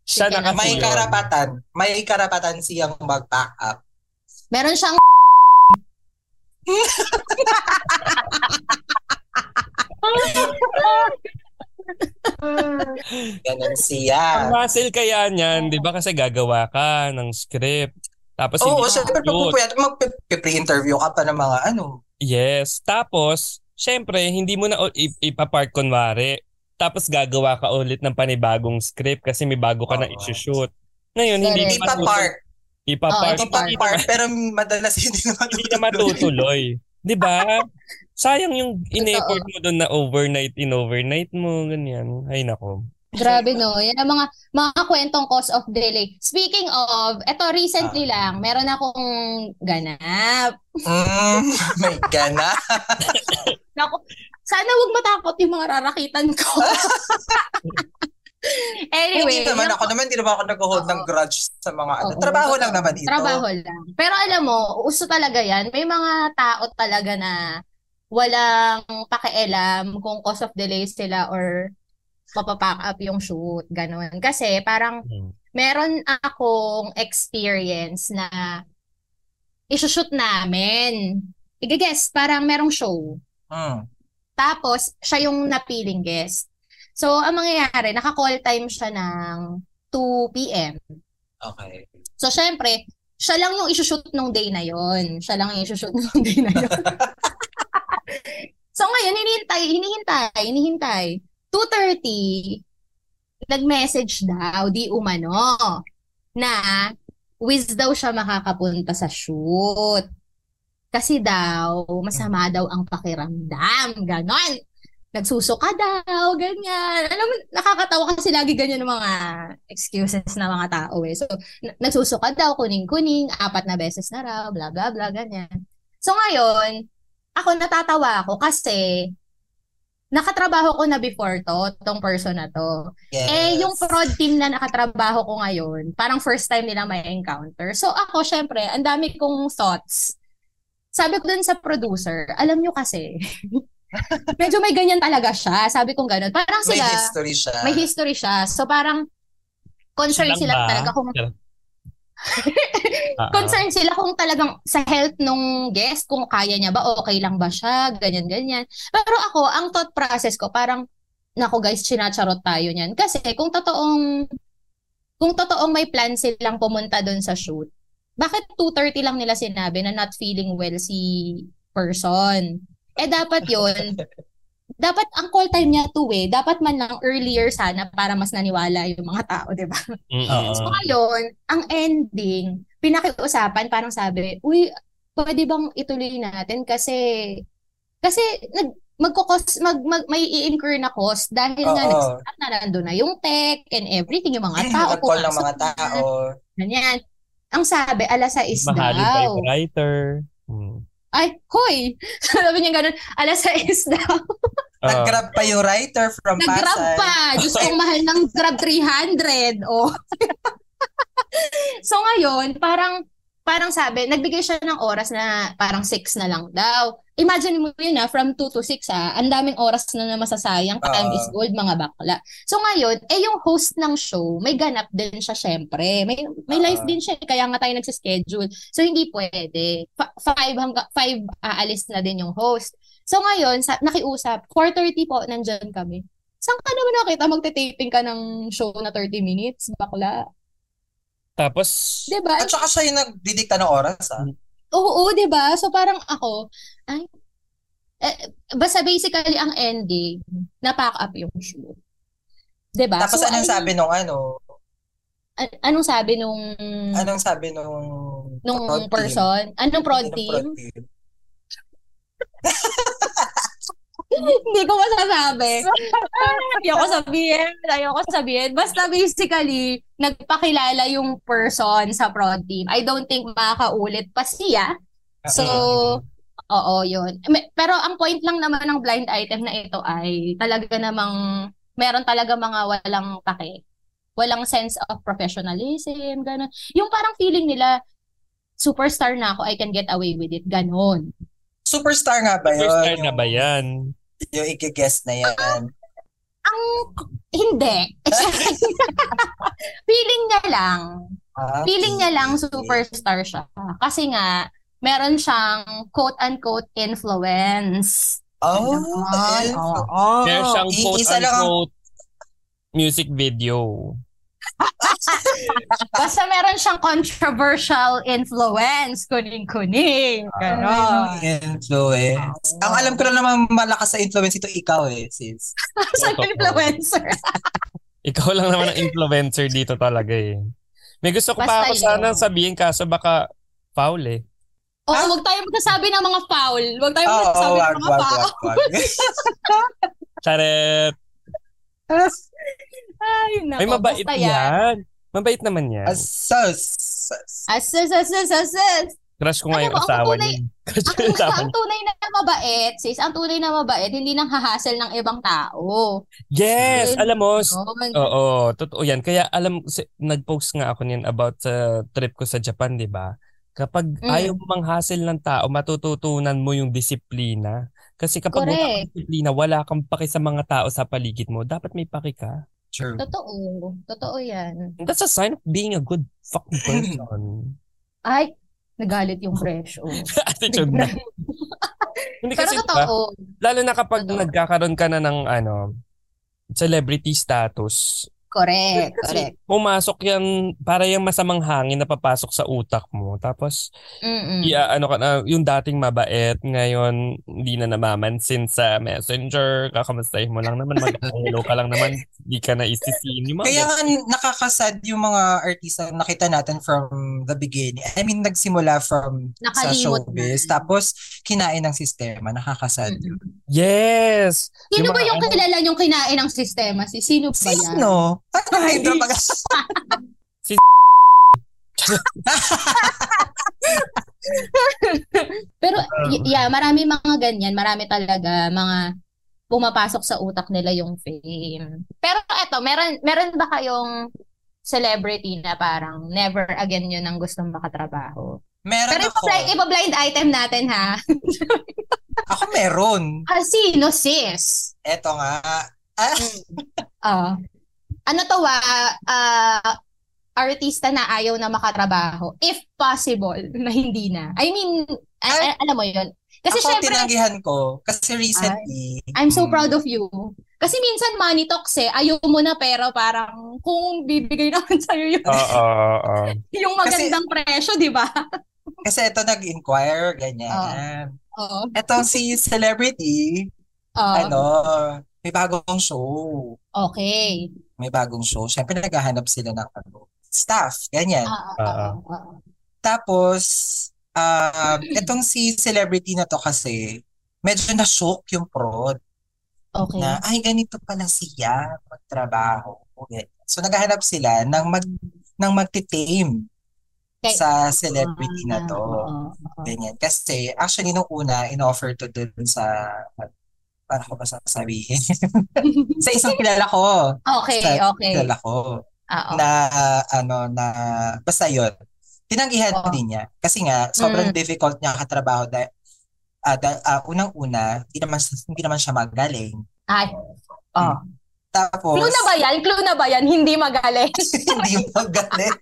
[SPEAKER 1] Siya na
[SPEAKER 3] Sige na.
[SPEAKER 1] kasi
[SPEAKER 2] May
[SPEAKER 1] yun.
[SPEAKER 2] karapatan. May karapatan siyang mag-pack up.
[SPEAKER 3] Meron siyang
[SPEAKER 2] Ganun
[SPEAKER 1] Ang
[SPEAKER 2] siya.
[SPEAKER 1] muscle kaya niyan, di ba kasi gagawa ka ng script. Tapos
[SPEAKER 2] Oo,
[SPEAKER 1] hindi
[SPEAKER 2] syempre
[SPEAKER 1] shoot.
[SPEAKER 2] pagpupuyat, magpe-pre-interview ka pa ng mga ano.
[SPEAKER 1] Yes. Tapos, syempre, hindi mo na u- ip- ipapark kunwari. Tapos gagawa ka ulit ng panibagong script kasi may bago ka na
[SPEAKER 2] Oo.
[SPEAKER 1] isushoot. Ngayon, hindi na
[SPEAKER 3] Correct.
[SPEAKER 1] matutuloy.
[SPEAKER 2] Ipa-park.
[SPEAKER 1] Ipapark.
[SPEAKER 3] Oo, ipapark.
[SPEAKER 2] Ipa-park. Pero madalas hindi na
[SPEAKER 1] Hindi na
[SPEAKER 2] matutuloy.
[SPEAKER 1] matutuloy. Di ba? Sayang yung in-effort mo doon na overnight, in-overnight mo, ganyan. Ay, nako.
[SPEAKER 3] Grabe no, yan ang mga mga kwentong cause of delay. Speaking of, eto recently
[SPEAKER 1] Ah.
[SPEAKER 3] lang, meron akong ganap.
[SPEAKER 2] Mm, may gana.
[SPEAKER 3] Naku, sana wag matakot yung mga rarakitan ko. anyway,
[SPEAKER 2] Hindi naman
[SPEAKER 3] yung-
[SPEAKER 2] ako naman, hindi naman ako nag-hold ng
[SPEAKER 3] Oo.
[SPEAKER 2] grudge sa mga ano.
[SPEAKER 3] Oo,
[SPEAKER 2] Trabaho
[SPEAKER 3] totoo.
[SPEAKER 2] lang naman ito.
[SPEAKER 3] Trabaho lang. Pero alam mo, uso talaga yan. May mga tao talaga na walang pakialam kung cause of delay sila or mapapack up yung shoot, ganun. Kasi parang
[SPEAKER 1] Hmm.
[SPEAKER 3] meron akong experience na isushoot namin. Iga-guess, parang merong show.
[SPEAKER 2] Mm.
[SPEAKER 3] Tapos, siya yung napiling guest. So, ang mangyayari, naka-call time siya ng 2 p.m.
[SPEAKER 2] Okay.
[SPEAKER 3] So, syempre, siya lang yung isushoot nung day na yon. Siya lang yung isushoot nung day na yon. so, ngayon, hinihintay, hinihintay, hinihintay. 2.30, nag-message daw, di umano, na Wiz daw siya makakapunta sa shoot. Kasi daw, masama daw ang pakiramdam. Ganon. Nagsusuka daw, ganyan. Alam mo, nakakatawa kasi lagi ganyan ng mga excuses na mga tao eh. So, n- nagsusuka daw, kuning-kuning, apat na beses na raw, bla bla bla, ganyan. So ngayon, ako natatawa ako kasi nakatrabaho ko na before to, tong person na to.
[SPEAKER 2] Yes.
[SPEAKER 3] Eh, yung prod team na nakatrabaho ko ngayon, parang first time nila may encounter. So ako, syempre, ang dami kong thoughts. Sabi ko dun sa producer, alam nyo kasi, medyo may ganyan talaga siya. Sabi kong ganun. Parang
[SPEAKER 2] May
[SPEAKER 3] sila,
[SPEAKER 2] history siya.
[SPEAKER 3] may history siya. So parang, concerned
[SPEAKER 1] Silang
[SPEAKER 3] sila
[SPEAKER 1] ba?
[SPEAKER 3] talaga kung
[SPEAKER 1] Ah, ah.
[SPEAKER 3] concerned sila kung talagang sa health nung guest, kung kaya niya ba, okay lang ba siya, ganyan-ganyan. Pero ako, ang thought process ko, parang, nako guys, chinacharot tayo niyan. Kasi kung totoong, kung totoong may plan silang pumunta doon sa shoot, bakit 2.30 lang nila sinabi na not feeling well si person? Eh dapat yon dapat ang call time niya 2 eh. Dapat man lang earlier sana para mas naniwala yung mga tao, di ba?
[SPEAKER 1] Mm-mm.
[SPEAKER 2] Oo.
[SPEAKER 3] So ngayon, ang ending, pinakiusapan, parang sabi, uy, pwede bang ituloy natin kasi, kasi nag, magkukos, mag, mag, may i-incur na cost dahil nga
[SPEAKER 2] Oo.
[SPEAKER 3] nag-stop na nandun na yung tech and everything, yung mga
[SPEAKER 2] Ay,
[SPEAKER 3] tao.
[SPEAKER 2] nakakall ng
[SPEAKER 3] pumasok
[SPEAKER 2] mga
[SPEAKER 3] na,
[SPEAKER 2] tao.
[SPEAKER 3] Ganyan. Ang sabi, alas 6
[SPEAKER 1] Mahalin pa
[SPEAKER 3] daw.
[SPEAKER 1] yung writer. Mm.
[SPEAKER 3] Ay, hoy! Sabi niya ganun, alas 6 daw.
[SPEAKER 1] Ah,
[SPEAKER 2] Nag-grab pa yung writer from
[SPEAKER 3] Nag-grab
[SPEAKER 2] Pasay.
[SPEAKER 3] pa. Diyos kong mahal ng grab 300. Oh. so ngayon, parang parang sabi, nagbigay siya ng oras na parang 6 na lang daw. Imagine mo yun na from 2 to 6 ha, ang daming oras na, na masasayang. Time
[SPEAKER 2] Ah.
[SPEAKER 3] is gold, mga bakla. So ngayon, eh yung host ng show, may ganap din siya syempre. May, may
[SPEAKER 2] Ah.
[SPEAKER 3] life din siya, eh, kaya nga tayo nagsischedule. So hindi pwede. Fa- five, hangga, five aalis na din yung host. So ngayon, sa, nakiusap, 4.30 po, nandyan kami. Saan ka naman nakita magte-taping ka ng show na 30 minutes, bakla?
[SPEAKER 1] Tapos,
[SPEAKER 3] 'Di ba?
[SPEAKER 2] At saka siya yung nagdidikta ng oras, ah.
[SPEAKER 3] Mm. Oo, 'di ba? So parang ako, ay eh, basta basically ang ending, na-pack up yung show. 'Di ba?
[SPEAKER 2] Tapos
[SPEAKER 3] So,
[SPEAKER 2] anong
[SPEAKER 3] ayun,
[SPEAKER 2] sabi nung ano?
[SPEAKER 3] an- anong sabi nung
[SPEAKER 2] Anong sabi nung...
[SPEAKER 3] Mm. nung
[SPEAKER 2] prod team? Ano
[SPEAKER 3] person? Anong prod
[SPEAKER 2] Nung
[SPEAKER 3] team? Hindi ko masasabi. ayoko sabihin, ayoko sabihin. Basta basically, nagpakilala yung person sa prod team. I don't think makakaulit pa siya. So,
[SPEAKER 1] ah, mm.
[SPEAKER 3] oo, yun. Me- Pero ang point lang naman ng blind item na ito ay talaga namang, meron talaga mga walang pake. Walang sense of professionalism, ganun. Yung parang feeling nila, superstar na ako, I can get away with it, ganun.
[SPEAKER 2] Superstar nga ba yun?
[SPEAKER 1] superstar na
[SPEAKER 2] Yung-
[SPEAKER 1] ba yan?
[SPEAKER 2] Yung i-guess na yan.
[SPEAKER 3] Ang, hindi. feeling niya lang,
[SPEAKER 2] Ah,
[SPEAKER 3] Feeling niya lang superstar siya. Kasi nga, meron siyang quote-unquote influence.
[SPEAKER 2] Oh, elf.
[SPEAKER 3] Ganon. Ah, Oo.
[SPEAKER 1] Meron siyang
[SPEAKER 2] i-
[SPEAKER 1] quote
[SPEAKER 2] isa lang ang-
[SPEAKER 1] unquote music video.
[SPEAKER 3] Basta meron siyang controversial influence. Kuning-kuning. Ganon.
[SPEAKER 2] Ay, influence. Ah. Ang alam ko lang naman malakas sa influence ito ikaw eh, sis.
[SPEAKER 3] Sa influencer.
[SPEAKER 2] Ah.
[SPEAKER 1] Ikaw lang naman ang influencer dito talaga eh. May gusto ko pa
[SPEAKER 3] Basta
[SPEAKER 1] ako
[SPEAKER 3] yun.
[SPEAKER 1] sana sabihin kaso baka foul eh.
[SPEAKER 3] Oo,
[SPEAKER 2] Ah?
[SPEAKER 3] Oh, huwag tayo magsasabi ng mga foul. Huwag tayo
[SPEAKER 2] Oo,
[SPEAKER 3] magsasabi
[SPEAKER 2] Ah, wag,
[SPEAKER 3] ng mga
[SPEAKER 2] wag,
[SPEAKER 3] foul.
[SPEAKER 2] wag, wag.
[SPEAKER 1] Charet!
[SPEAKER 3] Ay, nako.
[SPEAKER 1] Ay, mabait
[SPEAKER 3] Basta
[SPEAKER 1] yan. Mabait naman yan.
[SPEAKER 2] Ah, Asos. Asos.
[SPEAKER 3] Asus, asus, asus.
[SPEAKER 1] Crush ko nga
[SPEAKER 3] Ano
[SPEAKER 1] yung
[SPEAKER 3] ba, ang
[SPEAKER 1] asawa
[SPEAKER 3] tunay-
[SPEAKER 1] niya. Crush ko
[SPEAKER 3] Ang,
[SPEAKER 1] yung asawa
[SPEAKER 3] ang
[SPEAKER 1] niya.
[SPEAKER 3] tunay na mabait, sis, ang tunay na mabait, hindi nang hahassle ng ibang
[SPEAKER 1] Oh.
[SPEAKER 3] tao. Oh
[SPEAKER 1] Yes!
[SPEAKER 3] Yun.
[SPEAKER 1] Alam mo,
[SPEAKER 3] Yun.
[SPEAKER 1] Oo, totoo yan. Kaya alam, si- nag-post nga ako niyan about sa trip ko sa Japan, di ba? Kapag
[SPEAKER 3] Mm.
[SPEAKER 1] ayaw mong hassle ng tao, matututunan mo yung disiplina. Kasi kapag wala
[SPEAKER 3] Correct.
[SPEAKER 1] kang disiplina, wala kang paki sa mga tao sa paligid mo. Dapat may paki ka.
[SPEAKER 2] True.
[SPEAKER 3] Totoo. Totoo yan.
[SPEAKER 1] And That's a sign of being a good fucking person.
[SPEAKER 3] Ay,
[SPEAKER 4] nagalit yung fresh. Oh.
[SPEAKER 1] Attitude na. Hindi
[SPEAKER 3] Pero
[SPEAKER 1] kasi, diba? ba,
[SPEAKER 3] totoo.
[SPEAKER 1] lalo na kapag
[SPEAKER 3] Totoo.
[SPEAKER 1] nagkakaroon ka na ng ano, celebrity status,
[SPEAKER 3] Correct,
[SPEAKER 1] kasi
[SPEAKER 3] correct.
[SPEAKER 1] pumasok yan, para yung masamang hangin na papasok sa utak mo. Tapos,
[SPEAKER 3] Mm-mm.
[SPEAKER 1] iya, ano ka na, yung dating mabait, ngayon, hindi na namamansin sa messenger, kakamustahin mo lang naman, mag-hello ka lang naman, hindi ka na isisin. Yung mga
[SPEAKER 2] Kaya nga nakakasad yung mga artista na nakita natin from the beginning. I mean, nagsimula from sa
[SPEAKER 3] Nakalimot
[SPEAKER 2] showbiz.
[SPEAKER 3] na.
[SPEAKER 2] Tapos, kinain ng sistema. Nakakasad.
[SPEAKER 3] Mm-mm.
[SPEAKER 1] Yes!
[SPEAKER 3] Sino
[SPEAKER 1] Yung
[SPEAKER 3] ba
[SPEAKER 1] mga
[SPEAKER 3] yung
[SPEAKER 1] ano-
[SPEAKER 3] kilala yung kinain ng sistema? Si sino ba
[SPEAKER 2] Sino?
[SPEAKER 3] yan?
[SPEAKER 2] ano? Parang hydro pag
[SPEAKER 3] Pero
[SPEAKER 2] Ah.
[SPEAKER 3] y- yeah, marami mga ganyan, marami talaga mga pumapasok sa utak nila yung fame. Pero eto, meron meron ba kayong celebrity na parang never again yun ang gustong makatrabaho?
[SPEAKER 2] Meron
[SPEAKER 3] Pero
[SPEAKER 2] Ano ako.
[SPEAKER 3] ipa-blind, ipa-blind item natin ha.
[SPEAKER 2] Ako meron.
[SPEAKER 3] Ah, sino sis?
[SPEAKER 2] Eto nga. Ah,
[SPEAKER 3] Ah. ano to wa ah, artista na ayaw na makatrabaho if possible na hindi na. I mean, a- a- alam mo 'yun. Kasi
[SPEAKER 2] ako
[SPEAKER 3] syempre
[SPEAKER 2] tinanggihan ko. Kasi recently.
[SPEAKER 3] I'm
[SPEAKER 2] mm,
[SPEAKER 3] so proud of you. Kasi minsan money talks eh. Ayaw mo na pero parang kung bibigay naman
[SPEAKER 2] Ah,
[SPEAKER 3] sa'yo yung,
[SPEAKER 1] Oo, oo, oo.
[SPEAKER 3] yung magandang presyo, di ba?
[SPEAKER 2] Kasi eto nag-inquire, ganyan.
[SPEAKER 3] Oo.
[SPEAKER 2] Etong si celebrity,
[SPEAKER 3] Oo.
[SPEAKER 2] ano, may bagong show.
[SPEAKER 3] Okay.
[SPEAKER 2] May bagong show. Siyempre, naghahanap sila ng ano, staff, ganyan.
[SPEAKER 3] Ah, ah,
[SPEAKER 1] Oo.
[SPEAKER 3] ah, ah, ah.
[SPEAKER 2] Tapos, ah etong si celebrity na to kasi, medyo na-shock yung prod
[SPEAKER 3] Okay.
[SPEAKER 2] na, ay, ganito pala siya magtrabaho. Ganyan. So, naghahanap sila ng mag ng magti-tame
[SPEAKER 3] Kay-
[SPEAKER 2] sa celebrity na to.
[SPEAKER 3] Ah, oo, oo.
[SPEAKER 2] Ganyan. Kasi, actually, nung una, in-offer to dun sa, para ko ba sasabihin? sa isang kilala ko.
[SPEAKER 3] Okay,
[SPEAKER 2] Sa-
[SPEAKER 3] okay.
[SPEAKER 2] Kilala ko.
[SPEAKER 3] Ah, oo.
[SPEAKER 2] Na, ah, ano, na, basta yun. Tinanggihan
[SPEAKER 3] Oo. Mm.
[SPEAKER 2] din niya. Kasi nga, sobrang difficult niya katrabaho dahil, ah, dahil, ah, unang-una, hindi naman, hindi naman siya magaling.
[SPEAKER 3] Ay. Oh.
[SPEAKER 2] Tapos,
[SPEAKER 3] Clue na ba yan? Clue na ba yan? Hindi magaling.
[SPEAKER 2] hindi magaling.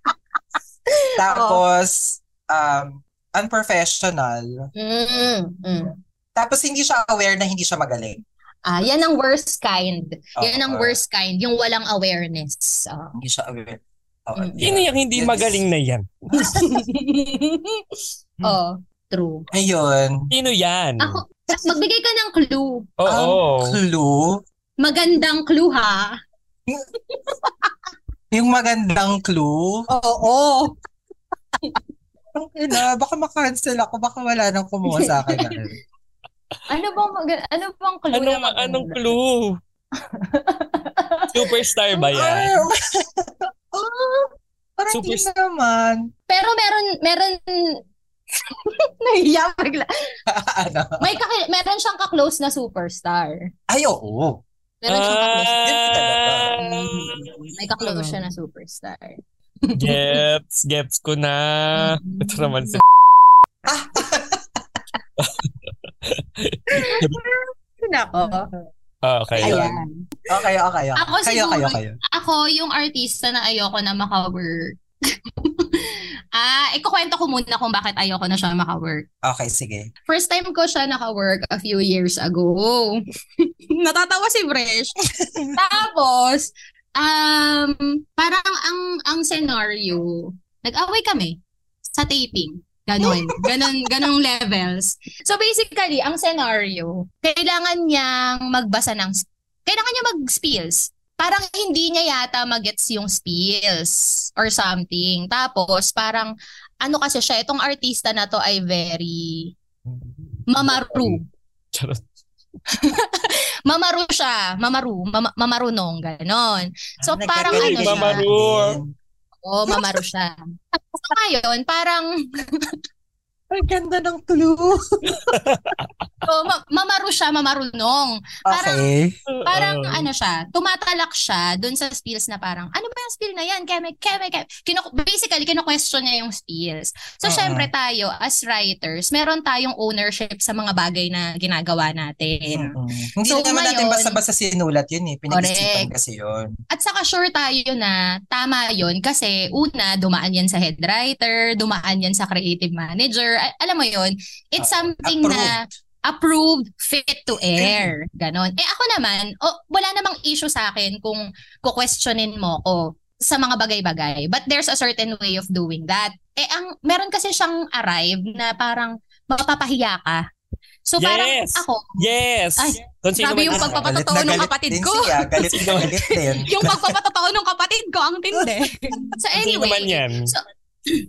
[SPEAKER 2] Tapos, um, unprofessional.
[SPEAKER 3] mm, mm.
[SPEAKER 2] Tapos, hindi siya aware na hindi siya magaling.
[SPEAKER 3] Ah, yan ang worst kind. Yan ang
[SPEAKER 2] Oo.
[SPEAKER 3] worst kind. Yung walang awareness. Ah.
[SPEAKER 2] Hindi siya aware. Oo,
[SPEAKER 3] Mm.
[SPEAKER 1] Sino
[SPEAKER 2] yeah.
[SPEAKER 1] yung hindi
[SPEAKER 2] Yes.
[SPEAKER 1] magaling na yan?
[SPEAKER 3] oh, true.
[SPEAKER 2] Ayun.
[SPEAKER 1] Sino
[SPEAKER 2] Hmm.
[SPEAKER 1] yan?
[SPEAKER 3] Ako, magbigay ka ng clue.
[SPEAKER 1] Oo.
[SPEAKER 2] Ang clue,
[SPEAKER 3] Magandang clue ha.
[SPEAKER 2] yung magandang clue,
[SPEAKER 3] Oo.
[SPEAKER 2] ang ina, baka makancel ako, baka wala nang kumuha sa akin. ah. na.
[SPEAKER 4] Ano bang, mag- ano bang clue
[SPEAKER 1] Anong,
[SPEAKER 4] na
[SPEAKER 1] anong clue? Superstar ba yan?
[SPEAKER 2] Ah, parang hindi
[SPEAKER 1] Super-
[SPEAKER 2] naman.
[SPEAKER 3] Pero meron meron nahiya bigla.
[SPEAKER 2] ano?
[SPEAKER 3] May kaki- meron siyang ka-close na superstar.
[SPEAKER 2] Ay, oo.
[SPEAKER 3] Meron siyang
[SPEAKER 1] Ah.
[SPEAKER 3] ka-close.
[SPEAKER 2] Yun talaga.
[SPEAKER 3] Mm, May ka-close siya na superstar.
[SPEAKER 1] Gets, gets ko na.
[SPEAKER 3] Mm.
[SPEAKER 1] Ito naman si
[SPEAKER 3] Nako.
[SPEAKER 1] Ah, okay.
[SPEAKER 2] Ayun.
[SPEAKER 3] Ayan.
[SPEAKER 2] Okay, okay. okay.
[SPEAKER 3] Ako
[SPEAKER 2] kayo,
[SPEAKER 3] siguro-
[SPEAKER 2] kayo, kayo.
[SPEAKER 3] Ako yung artista na ayoko na maka-work. ah, ikukwento ko muna kung bakit ayoko na siya maka-work.
[SPEAKER 2] Okay, sige.
[SPEAKER 3] First time ko siya naka-work a few years ago. Natatawa si Bresh. Tapos, um, parang ang ang scenario, nag-away kami sa taping. Ganon. Ganon, ganong levels. So basically, ang scenario, kailangan niyang magbasa ng, kailangan niya mag-spills. Parang hindi niya yata magets yung spills or something. Tapos parang ano kasi siya, itong artista na to ay very mamaru.
[SPEAKER 1] Charot.
[SPEAKER 3] Mamaru siya. Mamaru. Mama, mamarunong. Ganon. So,
[SPEAKER 2] Ah,
[SPEAKER 3] parang
[SPEAKER 2] nagkagaling
[SPEAKER 1] ano
[SPEAKER 2] siya.
[SPEAKER 1] siya.
[SPEAKER 2] Din.
[SPEAKER 3] Oo, mamaru siya. So, ngayon, parang
[SPEAKER 2] Ang ganda ng clue.
[SPEAKER 3] So, ma- mamaro siya, mamarunong. Parang-
[SPEAKER 2] Okay.
[SPEAKER 3] Parang
[SPEAKER 1] Ah.
[SPEAKER 3] ano siya, tumatalak siya doon sa spills na parang, ano ba yung spill na yan? Keme, keme, keme. Kino- basically, kino-question niya yung spills. So,
[SPEAKER 2] Oo.
[SPEAKER 3] syempre tayo, as writers, meron tayong ownership sa mga bagay na ginagawa natin.
[SPEAKER 2] Mm-mm. Hindi
[SPEAKER 3] So,
[SPEAKER 2] naman natin
[SPEAKER 3] ngayon-
[SPEAKER 2] basta-basta sinulat yun eh. Pinag-isipan
[SPEAKER 3] Correct.
[SPEAKER 2] kasi yun.
[SPEAKER 3] At saka sure tayo na tama yon kasi una, dumaan yan sa head writer, dumaan yan sa creative manager. A- alam mo yon
[SPEAKER 1] Oo.
[SPEAKER 3] it's something na approved, fit to air.
[SPEAKER 1] Mm.
[SPEAKER 3] Ganon. Eh ako naman, oh, wala namang issue sa akin kung kukwestiyonin mo ko sa mga bagay-bagay. But there's a certain way of doing that. Eh ang meron kasi siyang arrive na parang mapapahiya ka. So parang
[SPEAKER 1] Yes!
[SPEAKER 3] ako,
[SPEAKER 1] Yes!
[SPEAKER 3] Ay,
[SPEAKER 1] Kung sino
[SPEAKER 3] grabe
[SPEAKER 1] man
[SPEAKER 3] yung
[SPEAKER 1] ako.
[SPEAKER 3] pagpapa-
[SPEAKER 2] Galit
[SPEAKER 3] Papatotoo
[SPEAKER 2] na
[SPEAKER 3] nung
[SPEAKER 2] galit
[SPEAKER 3] kapatid
[SPEAKER 2] din
[SPEAKER 3] ko.
[SPEAKER 2] Siya. Galit na galit din.
[SPEAKER 3] yung pagpapatotoo ng kapatid ko ang tindi. so
[SPEAKER 1] Sino
[SPEAKER 3] anyway,
[SPEAKER 1] man yan?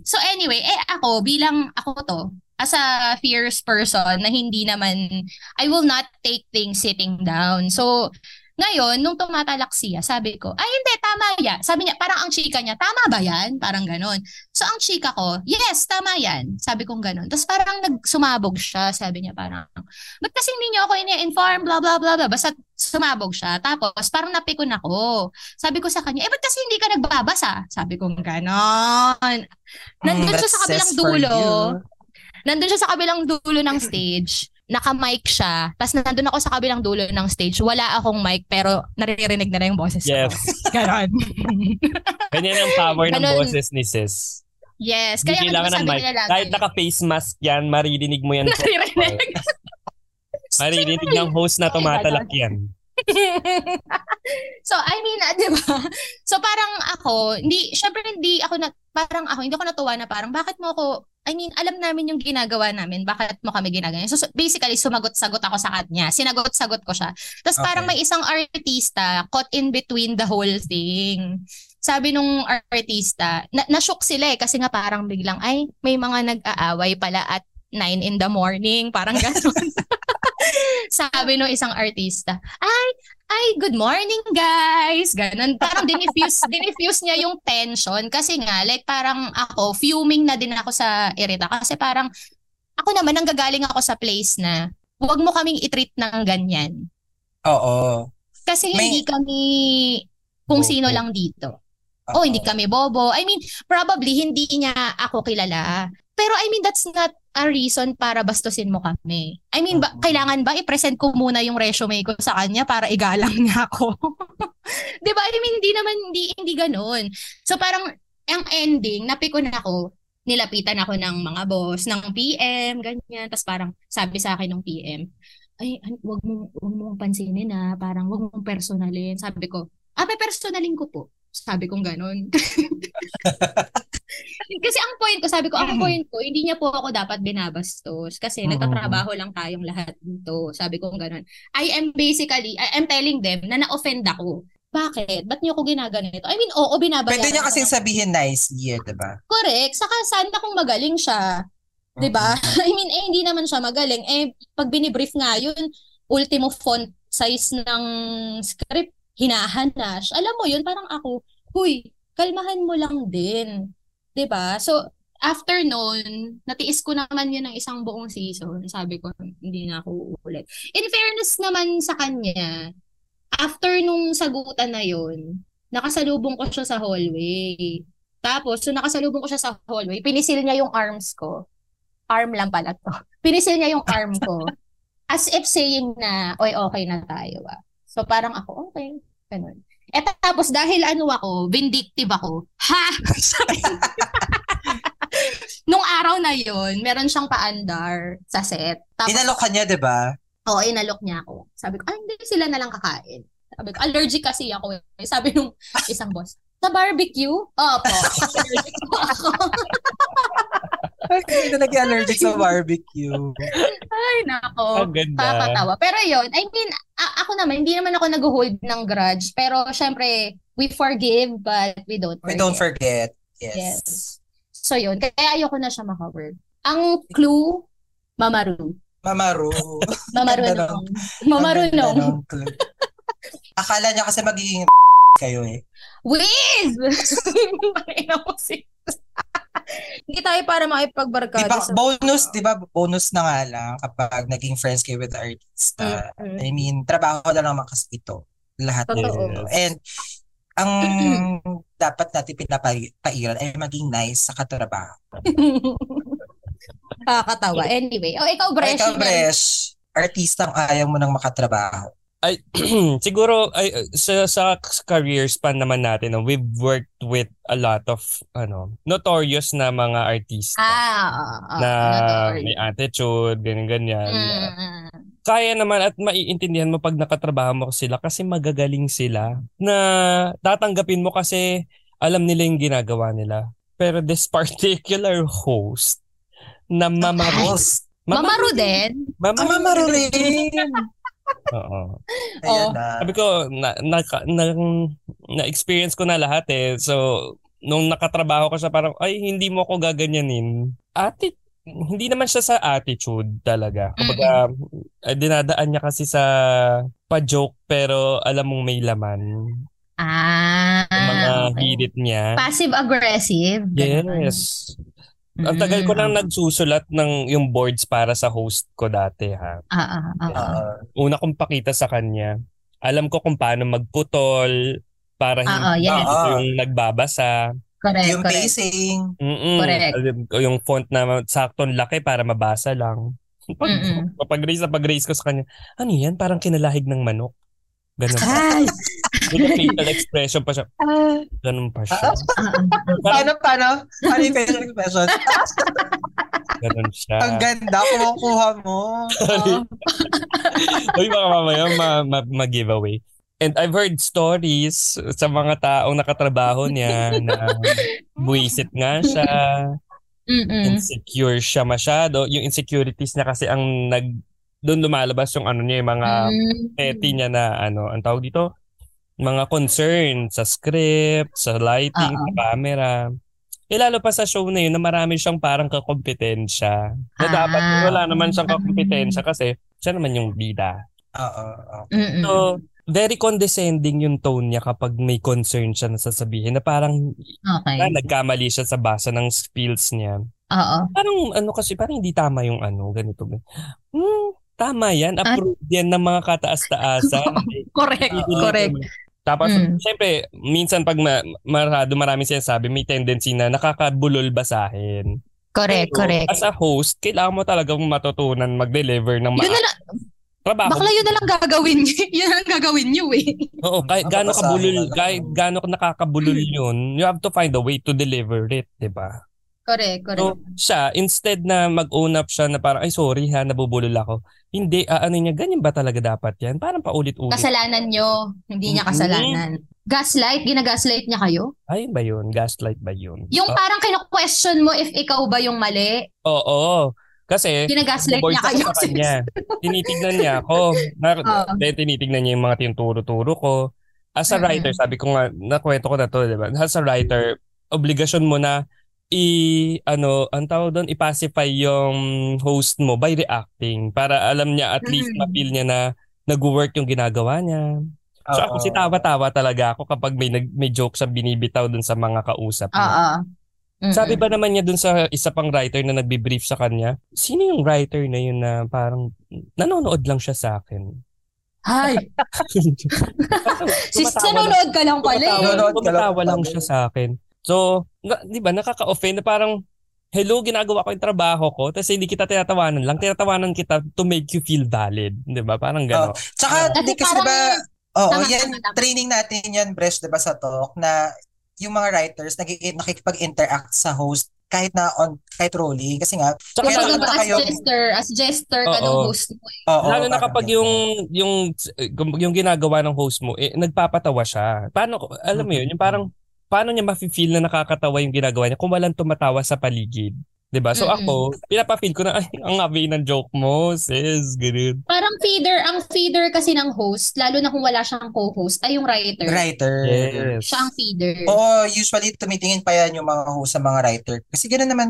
[SPEAKER 3] So anyway, eh ako bilang ako to, as a fierce person na hindi naman, I will not take things sitting down. So ngayon, nung tumatalak siya, sabi ko, ay hindi, tama yan. Sabi niya, parang ang chika niya, tama ba yan? Parang ganun. So ang chika ko, yes, tama yan. Sabi kong ganun. Tapos parang nagsumabog siya. Sabi niya parang, ba't kasi hindi niyo ako ini-inform, blah, blah, blah, blah. Basta sumabog siya. Tapos parang napikon ako. Sabi ko sa kanya, eh ba't kasi hindi ka nagbabasa? Sabi kong ganon.
[SPEAKER 2] Mm,
[SPEAKER 3] Nandun
[SPEAKER 2] that
[SPEAKER 3] siya sa kabilang
[SPEAKER 2] says for
[SPEAKER 3] dulo.
[SPEAKER 2] you.
[SPEAKER 3] Nandun siya sa kabilang dulo ng stage. Naka-mic siya. Tapos nandun ako sa kabilang dulo ng stage. Wala akong mic pero naririnig na na yung boses
[SPEAKER 1] Yes.
[SPEAKER 3] ko. Ganon.
[SPEAKER 1] Ganyan ang power ng
[SPEAKER 3] Ganun.
[SPEAKER 1] boses ni sis.
[SPEAKER 3] yes.
[SPEAKER 1] Hindi
[SPEAKER 3] Kaya
[SPEAKER 1] kailangan ng
[SPEAKER 3] sabi
[SPEAKER 1] mic.
[SPEAKER 3] nila lagi.
[SPEAKER 1] Kahit naka-face mask yan, maririnig mo yan.
[SPEAKER 3] Naririnig.
[SPEAKER 1] maririnig ng host na tumatalak yan.
[SPEAKER 3] so, I mean, ah, di ba? So, parang ako, hindi, syempre hindi ako, na, parang ako, hindi ako natuwa na parang, bakit mo ako, I mean, alam namin yung ginagawa namin, bakit mo kami ginagawa? So, so, basically, sumagot-sagot ako sa kanya. Sinagot-sagot ko siya. Tapos parang
[SPEAKER 2] Okay.
[SPEAKER 3] may isang artista caught in between the whole thing. Sabi nung artista, na, nashook sila eh, kasi nga parang biglang, ay, may mga nag-aaway pala at 9 in the morning, parang ganun. Sabi nung isang artista, ay, ay, good morning guys. Ganun, parang dinifuse, dinifuse niya yung tension kasi nga, like parang ako, fuming na din ako sa irita kasi parang ako naman, nanggagaling ako sa place na huwag mo kaming i-treat ng ganyan.
[SPEAKER 2] Oo.
[SPEAKER 3] Kasi
[SPEAKER 2] May-
[SPEAKER 3] hindi kami kung
[SPEAKER 1] Bobo.
[SPEAKER 3] sino lang dito. Oh, hindi kami bobo. I mean, probably hindi niya ako kilala. Pero I mean, that's not a reason para bastusin mo kami. I mean, ba-
[SPEAKER 2] Oo.
[SPEAKER 3] kailangan ba i-present ko muna yung resume ko sa kanya para igalang niya ako? 'Di ba? I mean, hindi naman hindi hindi ganoon. So parang ang ending, napikon ako, nilapitan ako ng mga boss, ng PM, ganyan. Tapos parang sabi sa akin ng PM, ay, an- wag mong, wag mong pansinin na, parang wag mong personalin. Sabi ko, ah, may personalin ko po. Sabi kong ganun. kasi ang point ko, sabi ko, ang point ko, hindi niya po ako dapat binabastos kasi
[SPEAKER 2] Mm.
[SPEAKER 3] nagtatrabaho lang tayong lahat dito. Sabi kong ganun. I am basically, I am telling them na na-offend ako. Bakit? Ba't niyo ako ginaganito? I mean, oo, binabayaran.
[SPEAKER 2] Pwede niya
[SPEAKER 3] ako
[SPEAKER 2] kasing
[SPEAKER 3] ng-
[SPEAKER 2] sabihin nicely eh, diba?
[SPEAKER 3] Correct. Saka sana kung magaling siya. 'Di ba? I mean, eh, hindi naman siya magaling. Eh, pag binibrief nga yun, ultimo font size ng script, hinahanash. Alam mo yun, parang ako, huy, kalmahan mo lang din. 'Di ba? So, after noon, natiis ko naman yun ng isang buong season. Sabi ko, hindi na ako uulit. In fairness naman sa kanya, after nung sagutan na yun, nakasalubong ko siya sa hallway. Tapos, so nakasalubong ko siya sa hallway, pinisil niya yung arms ko. Arm lang pala to. Pinisil niya yung arm ko. As if saying na, oy, okay na tayo ah. So parang ako, okay. Ganun. E tapos dahil ano ako, vindictive ako. Ha! Sabi niya. Nung araw na yon meron siyang paandar sa set. Tapos,
[SPEAKER 2] Inalok ka niya, diba?
[SPEAKER 3] Oo, inalok niya ako. Sabi ko, ay, hindi sila na lang kakain. Sabi ko, allergic kasi ako eh. Sabi nung isang boss, sa barbecue? Opo, allergic po ako.
[SPEAKER 2] Hindi na nag-allergic sa barbecue.
[SPEAKER 3] Ay, nako.
[SPEAKER 1] Ang ganda.
[SPEAKER 3] Kakatawa. Pero yon I mean, a- ako naman, hindi naman ako nag-hold ng grudge. Pero syempre, we forgive but we don't
[SPEAKER 2] We
[SPEAKER 3] forget.
[SPEAKER 2] don't forget. Yes.
[SPEAKER 3] Yes. So yun, kaya ayoko na siya ma-cover. Ang clue, mamaru.
[SPEAKER 2] Mamaru.
[SPEAKER 3] Mamarunong. Mamarunong.
[SPEAKER 2] Ang ganda ng clue. Akala niya kasi magiging kayo eh.
[SPEAKER 3] Wiz! Pakina mo si... Hindi tayo para
[SPEAKER 2] Di
[SPEAKER 3] makipagbarkada.
[SPEAKER 2] ba,
[SPEAKER 3] sa-
[SPEAKER 2] bonus, di ba, bonus na nga lang kapag naging friends kayo with the artista.
[SPEAKER 3] Mm-mm.
[SPEAKER 2] I mean, trabaho na lang kasi ito. Lahat ng
[SPEAKER 3] Mm-hmm. Totoo.
[SPEAKER 2] ito. And, ang dapat natin pinapairan ay maging nice sa katrabaho.
[SPEAKER 3] Nakakatawa. Anyway.
[SPEAKER 4] Oh, ikaw,
[SPEAKER 2] Ay,
[SPEAKER 4] Bresh.
[SPEAKER 2] ikaw,
[SPEAKER 4] yun.
[SPEAKER 2] Bresh, artista ang ayaw mo nang makatrabaho.
[SPEAKER 1] ay siguro ay sa, sa career span naman natin no, we've worked with a lot of ano notorious na mga artista
[SPEAKER 4] Ah, oo, oo.
[SPEAKER 1] na
[SPEAKER 4] Notorious.
[SPEAKER 1] may attitude ganyan ganyan
[SPEAKER 4] Mm.
[SPEAKER 1] kaya naman at maiintindihan mo pag nakatrabaho mo sila kasi magagaling sila na tatanggapin mo kasi alam nila yung ginagawa nila pero this particular host na mamarul
[SPEAKER 2] Boss,
[SPEAKER 4] Ah, Mamaru din. Ah,
[SPEAKER 2] ang mamarulin.
[SPEAKER 1] oo
[SPEAKER 4] Oh.
[SPEAKER 2] Ayan na.
[SPEAKER 1] Sabi ko, na, na, na, na-experience ko na lahat eh. So, nung nakatrabaho ko siya, parang, ay, hindi mo ako gaganyanin. Ati, hindi naman siya sa attitude talaga. Kumbaga, ah, dinadaan niya kasi sa pa-joke pero alam mong may laman.
[SPEAKER 4] Ah.
[SPEAKER 1] Yung mga
[SPEAKER 4] okay.
[SPEAKER 1] hirit niya.
[SPEAKER 4] Passive-aggressive. ganun. Mm.
[SPEAKER 1] Yes. Ang tagal ko nang nagsusulat ng yung boards para sa host ko dati ha.
[SPEAKER 4] Ah, ah, ah, ah.
[SPEAKER 2] Oo.
[SPEAKER 1] Una kong pakita sa kanya, alam ko kung paano magputol para
[SPEAKER 4] Oo,
[SPEAKER 1] hindi
[SPEAKER 4] ah, yes.
[SPEAKER 1] ako yung nagbabasa.
[SPEAKER 4] Correct,
[SPEAKER 2] Ah, yung
[SPEAKER 4] correct.
[SPEAKER 2] pacing.
[SPEAKER 1] Mm-mm.
[SPEAKER 4] Correct.
[SPEAKER 1] Alam- o Yung font na saktong laki para mabasa lang. Pag,
[SPEAKER 4] Mm-mm.
[SPEAKER 1] pag-raise na pag-raise ko sa kanya, ano yan? Parang kinalahig ng manok. Ganun.
[SPEAKER 4] Ay.
[SPEAKER 1] With a facial expression pa siya.
[SPEAKER 4] Ah.
[SPEAKER 1] Ganun pa siya.
[SPEAKER 4] Ah, ah.
[SPEAKER 1] Parang
[SPEAKER 2] Paano, paano? Paano yung facial expression?
[SPEAKER 1] ganun siya.
[SPEAKER 2] Ang ganda, kumukuha mo.
[SPEAKER 4] Oo.
[SPEAKER 1] Uy, baka mamaya ma- ma- mag-giveaway. And I've heard stories sa mga taong nakatrabaho niya na buwisit nga siya,
[SPEAKER 4] Mm-mm.
[SPEAKER 1] insecure siya masyado. Yung insecurities niya kasi ang nag... Doon lumalabas yung ano niya, yung mga
[SPEAKER 4] Mm.
[SPEAKER 1] petty niya na ano, ang tawag dito, mga concern sa script, sa lighting,
[SPEAKER 4] Oo.
[SPEAKER 1] sa camera. Eh, lalo pa sa show na yun na marami siyang parang kakompetensya. Na
[SPEAKER 4] Ah.
[SPEAKER 1] dapat wala naman siyang kakompetensya kasi siya naman yung bida.
[SPEAKER 2] Oo, oo.
[SPEAKER 4] Mm-mm.
[SPEAKER 1] So, very condescending yung tone niya kapag may concern siya na sasabihin na parang
[SPEAKER 4] Okay.
[SPEAKER 1] ah, nagkamali siya sa basa ng spills niya.
[SPEAKER 4] Oo.
[SPEAKER 1] Parang ano kasi, parang hindi tama yung ano, ganito. Hmm, tama yan.
[SPEAKER 4] Ah.
[SPEAKER 1] Approved yan ng mga kataas-taasan.
[SPEAKER 4] Correct,
[SPEAKER 1] Oo.
[SPEAKER 4] correct.
[SPEAKER 1] Tapos,
[SPEAKER 4] Mm.
[SPEAKER 1] syempre, minsan pag ma- marado, marami siya sabi, may tendency na nakakabulol basahin.
[SPEAKER 4] Correct,
[SPEAKER 1] Pero,
[SPEAKER 4] Eh, correct.
[SPEAKER 1] As a host, kailangan mo talagang matutunan mag-deliver
[SPEAKER 4] Yun na
[SPEAKER 1] ng ma-
[SPEAKER 4] lang,
[SPEAKER 1] trabaho.
[SPEAKER 4] bakla yun na lang gagawin niyo. yun na lang gagawin niyo eh.
[SPEAKER 1] Oo, kahit gaano
[SPEAKER 2] Babasahin
[SPEAKER 1] kabulol,
[SPEAKER 2] na lang.
[SPEAKER 1] kahit gaano nakakabulol
[SPEAKER 4] Hmm.
[SPEAKER 1] yun, you have to find a way to deliver it, di ba?
[SPEAKER 4] Correct, correct.
[SPEAKER 1] So, siya, instead na mag-own up siya na parang, ay sorry ha, nabubulol ako. Hindi, ah, ano niya, ganyan ba talaga dapat yan? Parang paulit-ulit.
[SPEAKER 4] Kasalanan niyo, hindi niya
[SPEAKER 1] Mm-mm.
[SPEAKER 4] kasalanan. Gaslight, ginagaslight niya kayo?
[SPEAKER 1] Ayun ba yun? Gaslight ba yun?
[SPEAKER 4] Yung
[SPEAKER 1] Ah,
[SPEAKER 4] parang kino-question mo if ikaw ba yung mali,
[SPEAKER 1] Oo. Kasi,
[SPEAKER 4] ginagaslight niya
[SPEAKER 1] Bored ako
[SPEAKER 4] kayo.
[SPEAKER 1] Eh,
[SPEAKER 4] Oh.
[SPEAKER 1] sa kanya. Tinitignan niya ako. Na,
[SPEAKER 4] Oo.
[SPEAKER 1] then tinitignan niya yung mga tinuturo-turo ko. As a
[SPEAKER 4] Mm-mm.
[SPEAKER 1] writer, sabi ko nga, nakwento ko na to, di ba? As a writer, obligasyon mo na i ano ang tawag doon i-pacify yung host mo by reacting para alam niya at least
[SPEAKER 4] Mm.
[SPEAKER 1] ma-feel niya na nag-work yung ginagawa niya. So ako
[SPEAKER 2] Oo.
[SPEAKER 1] si tawa-tawa talaga ako kapag may nag, may joke sa binibitaw doon sa mga kausap niya.
[SPEAKER 4] Oo. Mm. Mm-mm.
[SPEAKER 1] Sabi ba naman niya dun sa isa pang writer na nagbi-brief sa kanya, sino yung writer na yun na parang nanonood lang siya sa akin?
[SPEAKER 4] Hi, sis,
[SPEAKER 1] Tumatawa
[SPEAKER 4] nanonood ka lang pala eh.
[SPEAKER 1] lang,
[SPEAKER 2] Nanonood ka lang
[SPEAKER 1] tumatawa lang
[SPEAKER 2] pala.
[SPEAKER 1] siya sa akin. So, na, di ba, nakaka-offend na parang, hello, ginagawa ko yung trabaho ko, tapos hindi kita tinatawanan lang, tinatawanan kita to make you feel valid. Di ba? Parang gano'n.
[SPEAKER 2] Ah. Tsaka,
[SPEAKER 4] Kasi
[SPEAKER 2] di kasi
[SPEAKER 4] parang-
[SPEAKER 2] diba, oo,
[SPEAKER 4] Tama,
[SPEAKER 2] yan,
[SPEAKER 4] tama, tama.
[SPEAKER 2] training natin yan, Bresh, diba, sa talk, na yung mga writers, nag- nakikipag-interact sa host kahit na on, kaht rolling. Kasi nga,
[SPEAKER 1] Tsaka
[SPEAKER 4] Kumbaga
[SPEAKER 2] Kaya
[SPEAKER 1] parang-
[SPEAKER 4] ba,
[SPEAKER 2] nanonood
[SPEAKER 4] as
[SPEAKER 2] kayo.
[SPEAKER 4] jester, as jester ka
[SPEAKER 1] Oo.
[SPEAKER 4] nung host mo eh.
[SPEAKER 2] oo.
[SPEAKER 1] Lalo na
[SPEAKER 2] parang
[SPEAKER 1] kapag
[SPEAKER 2] ganun.
[SPEAKER 1] yung yung yung ginagawa ng host mo eh nagpapatawa siya. Paano ko- alam mo yun, yung parang paano niya mafe-feel na nakakatawa yung ginagawa niya kung walang tumatawa sa paligid. 'Di ba? So
[SPEAKER 4] Mm-mm.
[SPEAKER 1] ako, pinapa-feel ko na ay ang abi ng joke mo, sis, ganun.
[SPEAKER 3] Parang feeder, ang feeder kasi ng host, lalo na kung wala siyang co-host, ay yung writer.
[SPEAKER 2] writer.
[SPEAKER 1] Yes.
[SPEAKER 3] Siya ang feeder.
[SPEAKER 2] Oo, usually tumitingin pa yan yung mga host sa mga writer. Kasi gano'n naman,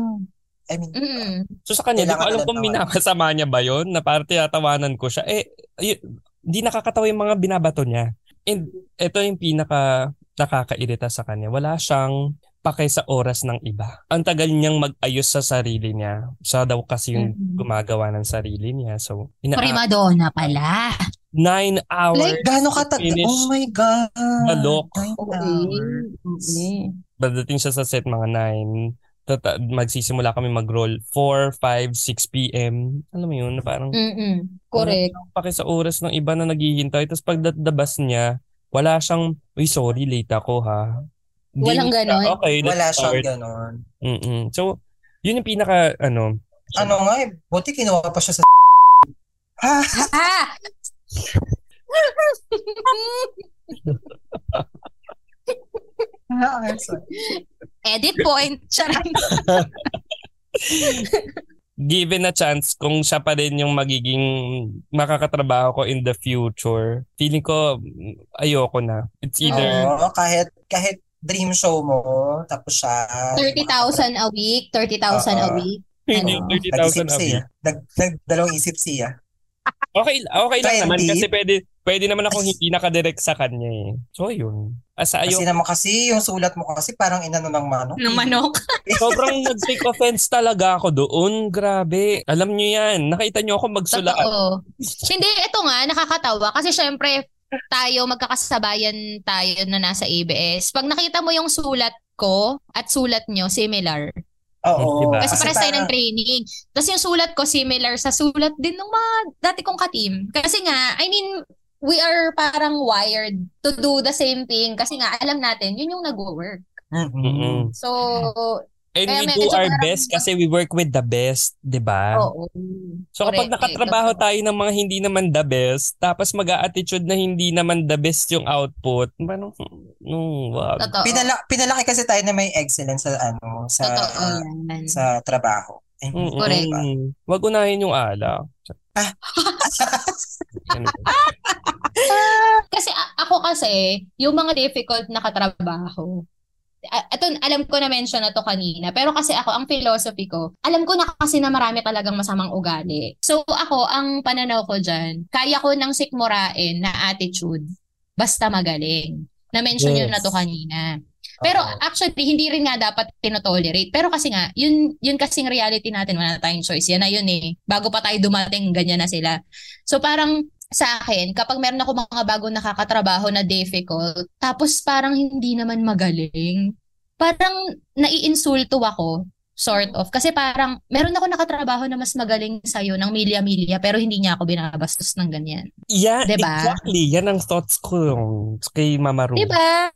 [SPEAKER 2] I mean,
[SPEAKER 4] Mm-hmm.
[SPEAKER 3] Mm.
[SPEAKER 1] So sa kanya, di ko
[SPEAKER 2] Kailangan
[SPEAKER 1] alam
[SPEAKER 2] na
[SPEAKER 1] kung
[SPEAKER 2] tawanan.
[SPEAKER 1] minakasama niya ba yun na parang tinatawanan ko siya. Eh, ay- di nakakatawa yung mga binabato niya. And ito yung pinaka nakakairita sa kanya. Wala siyang pake sa oras ng iba. Ang tagal niyang mag-ayos sa sarili niya. Siya daw kasi yung
[SPEAKER 3] Hmm.
[SPEAKER 4] Mm-hmm.
[SPEAKER 1] gumagawa ng sarili niya. So, ina-
[SPEAKER 4] Primadonna pala.
[SPEAKER 1] nine hours.
[SPEAKER 2] Like, gano'ng katagal?
[SPEAKER 1] Finish
[SPEAKER 2] Oh my God.
[SPEAKER 1] the look.
[SPEAKER 2] Nine
[SPEAKER 4] eh.
[SPEAKER 2] hours.
[SPEAKER 1] Dadating siya sa set mga nine. Tata- magsisimula kami mag-roll 4, 5, 6 p.m. Alam mo yun, na parang
[SPEAKER 4] Mm-hmm.
[SPEAKER 3] Mm-mm. Correct.
[SPEAKER 1] paki sa oras ng iba na naghihintay. Tapos pag dadabas niya, wala siyang, uy, sorry, late ako ha. Hindi
[SPEAKER 3] Walang
[SPEAKER 1] siya,
[SPEAKER 3] ganon.
[SPEAKER 1] Okay, let's
[SPEAKER 2] Wala siyang
[SPEAKER 1] start.
[SPEAKER 2] ganon.
[SPEAKER 1] Mm-mm. So, yun yung pinaka, ano,
[SPEAKER 2] Ano nga eh, buti kinuha pa siya sa Ha?
[SPEAKER 4] Ah!
[SPEAKER 3] Ah,
[SPEAKER 2] I'm sorry.
[SPEAKER 4] Edit point. Charang.
[SPEAKER 1] given a chance kung siya pa rin yung magiging makakatrabaho ko in the future, feeling ko, mm, ayoko na. It's either,
[SPEAKER 2] Oo, kahit, kahit dream show mo, tapos siya.
[SPEAKER 3] 30,000 a week, 30,000 a
[SPEAKER 2] Oo.
[SPEAKER 3] week.
[SPEAKER 1] hindi,
[SPEAKER 3] ano,
[SPEAKER 1] 30,000
[SPEAKER 2] Nag-isip
[SPEAKER 1] a
[SPEAKER 2] siya.
[SPEAKER 1] week.
[SPEAKER 2] Nag, nag, dalawang isip siya.
[SPEAKER 1] Okay, okay lang naman
[SPEAKER 2] 20?
[SPEAKER 1] kasi pwede, pwede naman akong hindi nakadirect sa kanya eh. So, yun. Asa,
[SPEAKER 2] Kasi
[SPEAKER 1] ayoko.
[SPEAKER 2] naman kasi, yung sulat mo kasi parang inano ng mano.
[SPEAKER 4] Ng manok.
[SPEAKER 1] Sobrang nag-take offense talaga ako doon. Grabe. Alam nyo yan. Nakita nyo ako magsulat.
[SPEAKER 3] Totoo. Hindi, ito nga, nakakatawa. Kasi syempre, tayo, magkakasabayan tayo na nasa ABS. Pag nakita mo yung sulat ko at sulat nyo, similar.
[SPEAKER 2] Oo.
[SPEAKER 1] Diba?
[SPEAKER 3] Kasi
[SPEAKER 1] Kasi
[SPEAKER 3] para sa ng
[SPEAKER 2] parang-
[SPEAKER 3] training. Tapos yung sulat ko, similar sa sulat din ng mga dati kong ka-team. Kasi nga, I mean, we are parang wired to do the same thing. Kasi nga, alam natin, yun yung nag-work.
[SPEAKER 2] Mm-mm.
[SPEAKER 1] Mm-mm.
[SPEAKER 3] So,
[SPEAKER 1] And
[SPEAKER 3] Kaya
[SPEAKER 1] we
[SPEAKER 3] medyo
[SPEAKER 1] do our
[SPEAKER 3] parang-
[SPEAKER 1] best kasi we work with the best, di ba?
[SPEAKER 3] oo.
[SPEAKER 1] So kapag
[SPEAKER 3] Correct.
[SPEAKER 1] nakatrabaho
[SPEAKER 3] Totoo.
[SPEAKER 1] tayo ng mga hindi naman the best, tapos mag attitude na hindi naman the best yung output, ano, no, wag.
[SPEAKER 3] Totoo.
[SPEAKER 2] Pinala, pinalaki kasi tayo na may excellence sa ano sa
[SPEAKER 3] Totoo yan.
[SPEAKER 2] sa trabaho. Eh, Ay,
[SPEAKER 1] Mm-mm.
[SPEAKER 3] Correct.
[SPEAKER 1] Wag unahin yung ala.
[SPEAKER 2] Ah.
[SPEAKER 1] Ano?
[SPEAKER 3] Kasi a- ako kasi, yung mga difficult na katrabaho, a- ito, alam ko na mention na to kanina, pero kasi ako, ang philosophy ko, alam ko na kasi na marami talagang masamang ugali. So ako, ang pananaw ko dyan, kaya ko nang sikmurain na attitude, basta magaling. Na-mention yun na
[SPEAKER 1] Yes.
[SPEAKER 3] to kanina. Pero
[SPEAKER 2] Oo.
[SPEAKER 3] actually, hindi rin nga dapat tinotolerate. Pero kasi nga, yun, yun kasing reality natin, wala na tayong choice. Yan na yun eh. Bago pa tayo dumating, ganyan na sila. So parang sa akin, kapag meron ako mga bagong nakakatrabaho na difficult, tapos parang hindi naman magaling, parang naiinsulto ako, sort of. Kasi parang, meron ako nakatrabaho na mas magaling sa'yo ng milya-milya, pero hindi niya ako binabastos ng ganyan.
[SPEAKER 1] Yeah,
[SPEAKER 3] Diba?
[SPEAKER 1] exactly. Yan ang thoughts ko kay Mama Ruth.
[SPEAKER 3] Diba?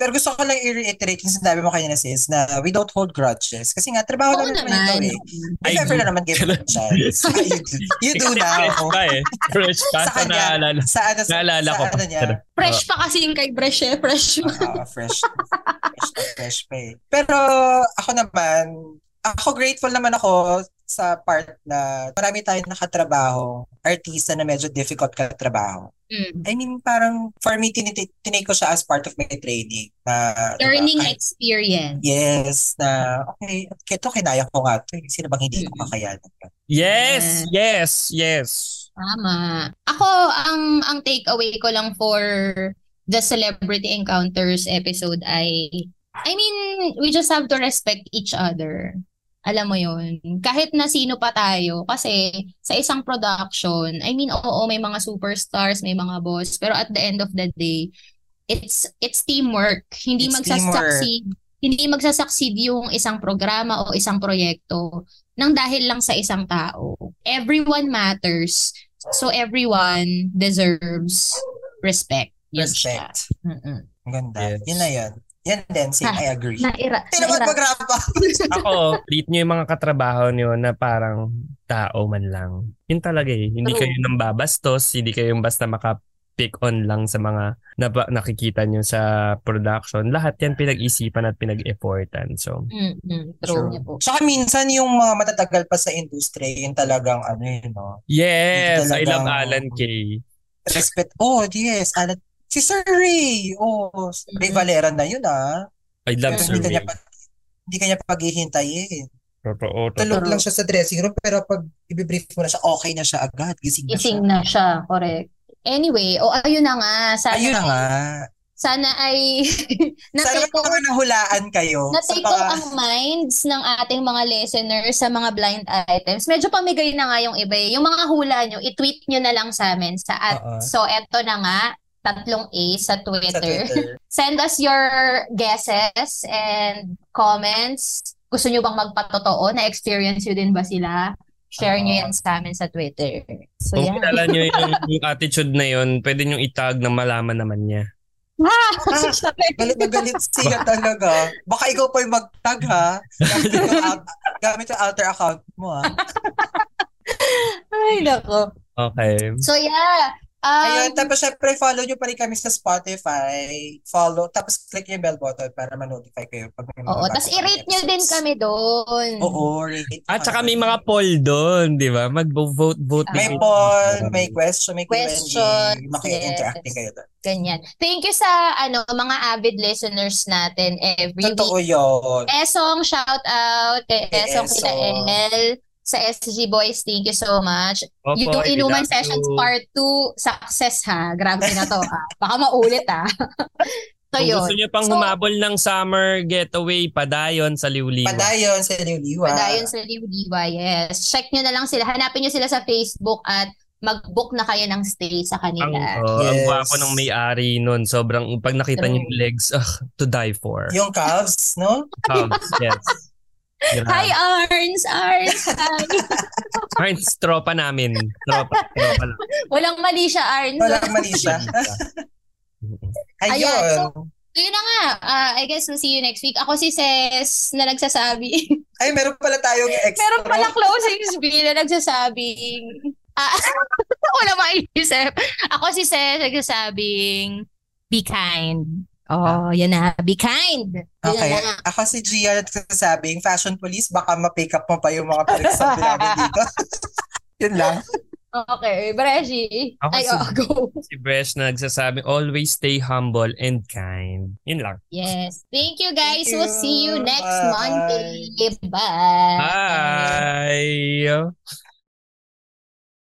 [SPEAKER 2] Pero gusto ko lang i-reiterate yung sinabi mo kanina sis na we don't hold grudges kasi nga trabaho
[SPEAKER 3] Oo
[SPEAKER 2] naman ito
[SPEAKER 3] naman.
[SPEAKER 2] eh. If
[SPEAKER 1] I
[SPEAKER 2] ever
[SPEAKER 1] do.
[SPEAKER 2] na naman give it a chance. you do, you
[SPEAKER 3] Diba?
[SPEAKER 1] Fresh
[SPEAKER 2] do now.
[SPEAKER 1] pa eh. Fresh pa
[SPEAKER 2] Sa
[SPEAKER 1] sa
[SPEAKER 2] kanya.
[SPEAKER 1] naalala.
[SPEAKER 2] Sa ano, sa,
[SPEAKER 1] Naalala
[SPEAKER 2] sa
[SPEAKER 1] ko pa.
[SPEAKER 2] ano niya.
[SPEAKER 3] Fresh pa kasi yung kay Bresh eh. Fresh pa.
[SPEAKER 2] Ah, fresh. fresh na fresh pa eh. Pero ako naman, ako grateful naman ako sa part na marami tayong nakatrabaho, artista na medyo difficult katrabaho.
[SPEAKER 3] Mm.
[SPEAKER 2] I mean, parang for me, tinit- tinake ko siya as part of my training. Na, diba,
[SPEAKER 3] Learning
[SPEAKER 2] ay,
[SPEAKER 3] experience.
[SPEAKER 2] Yes, na okay, ito kinaya ko nga to. eh. Sino bang hindi ko kakayanin? yun?
[SPEAKER 1] Yes, yes, yes.
[SPEAKER 3] Tama. Ako, ang ang take away ko lang for the celebrity encounters episode ay, I mean, we just have to respect each other. Alam mo yun. Kahit na sino pa tayo. Kasi sa isang production, I mean, oo, may mga superstars, may mga boss. Pero at the end of the day, it's it's teamwork. Hindi
[SPEAKER 2] It's
[SPEAKER 3] magsasucceed. Hindi magsasucceed yung isang programa o isang proyekto nang dahil lang sa isang tao. Everyone matters. So everyone deserves respect. Yun siya.
[SPEAKER 2] Respect.
[SPEAKER 3] Mm-mm.
[SPEAKER 2] Ang ganda.
[SPEAKER 1] Yes.
[SPEAKER 2] Yun na yun. Yan din, same, I agree.
[SPEAKER 3] Naira.
[SPEAKER 2] Tinamad
[SPEAKER 3] naira-
[SPEAKER 2] mag-wrap up.
[SPEAKER 1] Ako, treat nyo yung mga katrabaho nyo na parang tao man lang. Yun talaga eh. Hindi
[SPEAKER 3] True.
[SPEAKER 1] kayo nang babastos, hindi kayo yung basta maka pick on lang sa mga napa- nakikita nyo sa production. Lahat yan pinag-isipan at pinag-effortan. So,
[SPEAKER 2] True.
[SPEAKER 3] Mm-mm. True. niya po.
[SPEAKER 2] Tsaka minsan yung mga matatagal pa sa industry, yung talagang ano yun, no?
[SPEAKER 1] yes! I
[SPEAKER 2] Hindi
[SPEAKER 1] love
[SPEAKER 2] talaga-
[SPEAKER 1] Alan Kay.
[SPEAKER 2] Respect. Oh, yes. Alan, si Sir Ray. Oh,
[SPEAKER 3] Mm-hmm.
[SPEAKER 2] Ray Valera na yun, ah.
[SPEAKER 1] I love
[SPEAKER 2] Pero
[SPEAKER 1] Sir
[SPEAKER 2] hindi
[SPEAKER 1] Ray.
[SPEAKER 2] kanya pa- hindi kanya paghihintayin.
[SPEAKER 1] Totoo, totoo.
[SPEAKER 2] Tulog lang siya sa dressing room, pero pag ibibrief mo na siya, okay na siya agad. Gising na siya.
[SPEAKER 3] Ising na siya. Correct. Anyway, o ayun na nga. Sana
[SPEAKER 2] Ayun na nga.
[SPEAKER 3] Sana ay
[SPEAKER 2] Sana
[SPEAKER 3] na-take
[SPEAKER 2] mga nahulaan kayo. sa
[SPEAKER 3] Na-take
[SPEAKER 2] mga-
[SPEAKER 3] out ang minds ng ating mga listeners sa mga blind items. Medyo pamigay na nga yung iba. eh. Yung mga hula nyo, i-tweet nyo na lang sa amin. Sa at,
[SPEAKER 2] Oo.
[SPEAKER 3] So, eto na nga, tatlong A sa Twitter.
[SPEAKER 2] sa Twitter.
[SPEAKER 3] Send us your guesses and comments. Gusto nyo bang magpatotoo? Na-experience nyo din ba sila? Share nyo
[SPEAKER 2] Oo.
[SPEAKER 3] yan sa amin sa Twitter. So,
[SPEAKER 2] Oh.
[SPEAKER 1] Kung
[SPEAKER 3] yan.
[SPEAKER 1] kilala nyo yung, yung attitude na yun, pwede nyo itag na malaman naman niya.
[SPEAKER 2] Galit na Ano galit siya talaga. Baka ikaw pa yung magtag ha. Gamit yung, ab- gamit yung alter account mo ha.
[SPEAKER 3] Ay, nako.
[SPEAKER 1] Okay.
[SPEAKER 3] So, yeah.
[SPEAKER 2] Ayun,
[SPEAKER 3] Um,
[SPEAKER 2] tapos syempre follow nyo pa rin kami sa Spotify. Follow, tapos click yung bell button para ma-notify kayo pag may mga
[SPEAKER 3] oo.
[SPEAKER 2] bago
[SPEAKER 3] Tapos,
[SPEAKER 2] kami
[SPEAKER 3] i-rate nyo din
[SPEAKER 2] episodes.
[SPEAKER 3] kami doon.
[SPEAKER 2] Oo, rate.
[SPEAKER 1] At saka may mga poll doon, di ba? Mag-vote, vote.
[SPEAKER 2] May poll, may question, may
[SPEAKER 3] Questions,
[SPEAKER 2] Q&A. Maki-interact
[SPEAKER 3] yes.
[SPEAKER 2] din kayo doon.
[SPEAKER 3] Ganyan. Thank you sa ano mga avid listeners natin every
[SPEAKER 2] Totoo
[SPEAKER 3] week.
[SPEAKER 2] yun.
[SPEAKER 3] Esong, shout out kay
[SPEAKER 2] Kay
[SPEAKER 3] Esong kina
[SPEAKER 2] Esong.
[SPEAKER 3] El. Sa SG Boys, thank you so much. yung Inuman Sessions Part 2, success ha. Grabe na to. ah. Baka maulit ha. so
[SPEAKER 1] Kung
[SPEAKER 3] yun.
[SPEAKER 1] gusto nyo pang
[SPEAKER 3] So-
[SPEAKER 1] humabol ng summer getaway, padayon sa Liwliwa.
[SPEAKER 2] Padayon sa Liwliwa.
[SPEAKER 3] Padayon sa Liwliwa, yes. Check nyo na lang sila. Hanapin nyo sila sa Facebook at mag-book na kayo ng stay sa
[SPEAKER 1] Ang,
[SPEAKER 3] kanila.
[SPEAKER 1] oh, ang
[SPEAKER 2] Yes.
[SPEAKER 1] gwapo ng may-ari nun. Sobrang, pag nakita niyo yung legs, ugh, to die for.
[SPEAKER 2] Yung calves, no?
[SPEAKER 1] Cubs, yes.
[SPEAKER 3] Hi,
[SPEAKER 1] Grabe.
[SPEAKER 3] Arns! Arns! Hi!
[SPEAKER 1] Friends, tropa namin. Tropa, tropa lang.
[SPEAKER 3] Walang mali siya, Arns.
[SPEAKER 2] Walang mali siya.
[SPEAKER 3] Ayan,
[SPEAKER 2] Ayun.
[SPEAKER 3] So yun na nga, Ah, I guess we'll see you next week. Ako si Ses na nagsasabi.
[SPEAKER 2] Ay, meron pala tayong extra.
[SPEAKER 3] Meron pala closing spiel na nagsasabing, ah, wala maisip. Ako si Ses nagsasabing, be kind. Oh, yan na. Be kind. Yun
[SPEAKER 2] Okay.
[SPEAKER 3] na.
[SPEAKER 2] Ako si Gia nagsasabing, fashion police, baka ma-pick up mo pa yung mga pinagsasabi namin dito. Yun lang.
[SPEAKER 3] Okay, Breshi.
[SPEAKER 1] Ako
[SPEAKER 3] Ay,
[SPEAKER 1] si-
[SPEAKER 3] oh, go.
[SPEAKER 1] Si Bresh na nagsasabi, always stay humble and kind. Yun lang.
[SPEAKER 3] Yes. Thank you guys.
[SPEAKER 2] Thank
[SPEAKER 3] We'll see you
[SPEAKER 2] you.
[SPEAKER 3] next
[SPEAKER 2] Bye.
[SPEAKER 3] Monday. Bye.
[SPEAKER 1] Bye!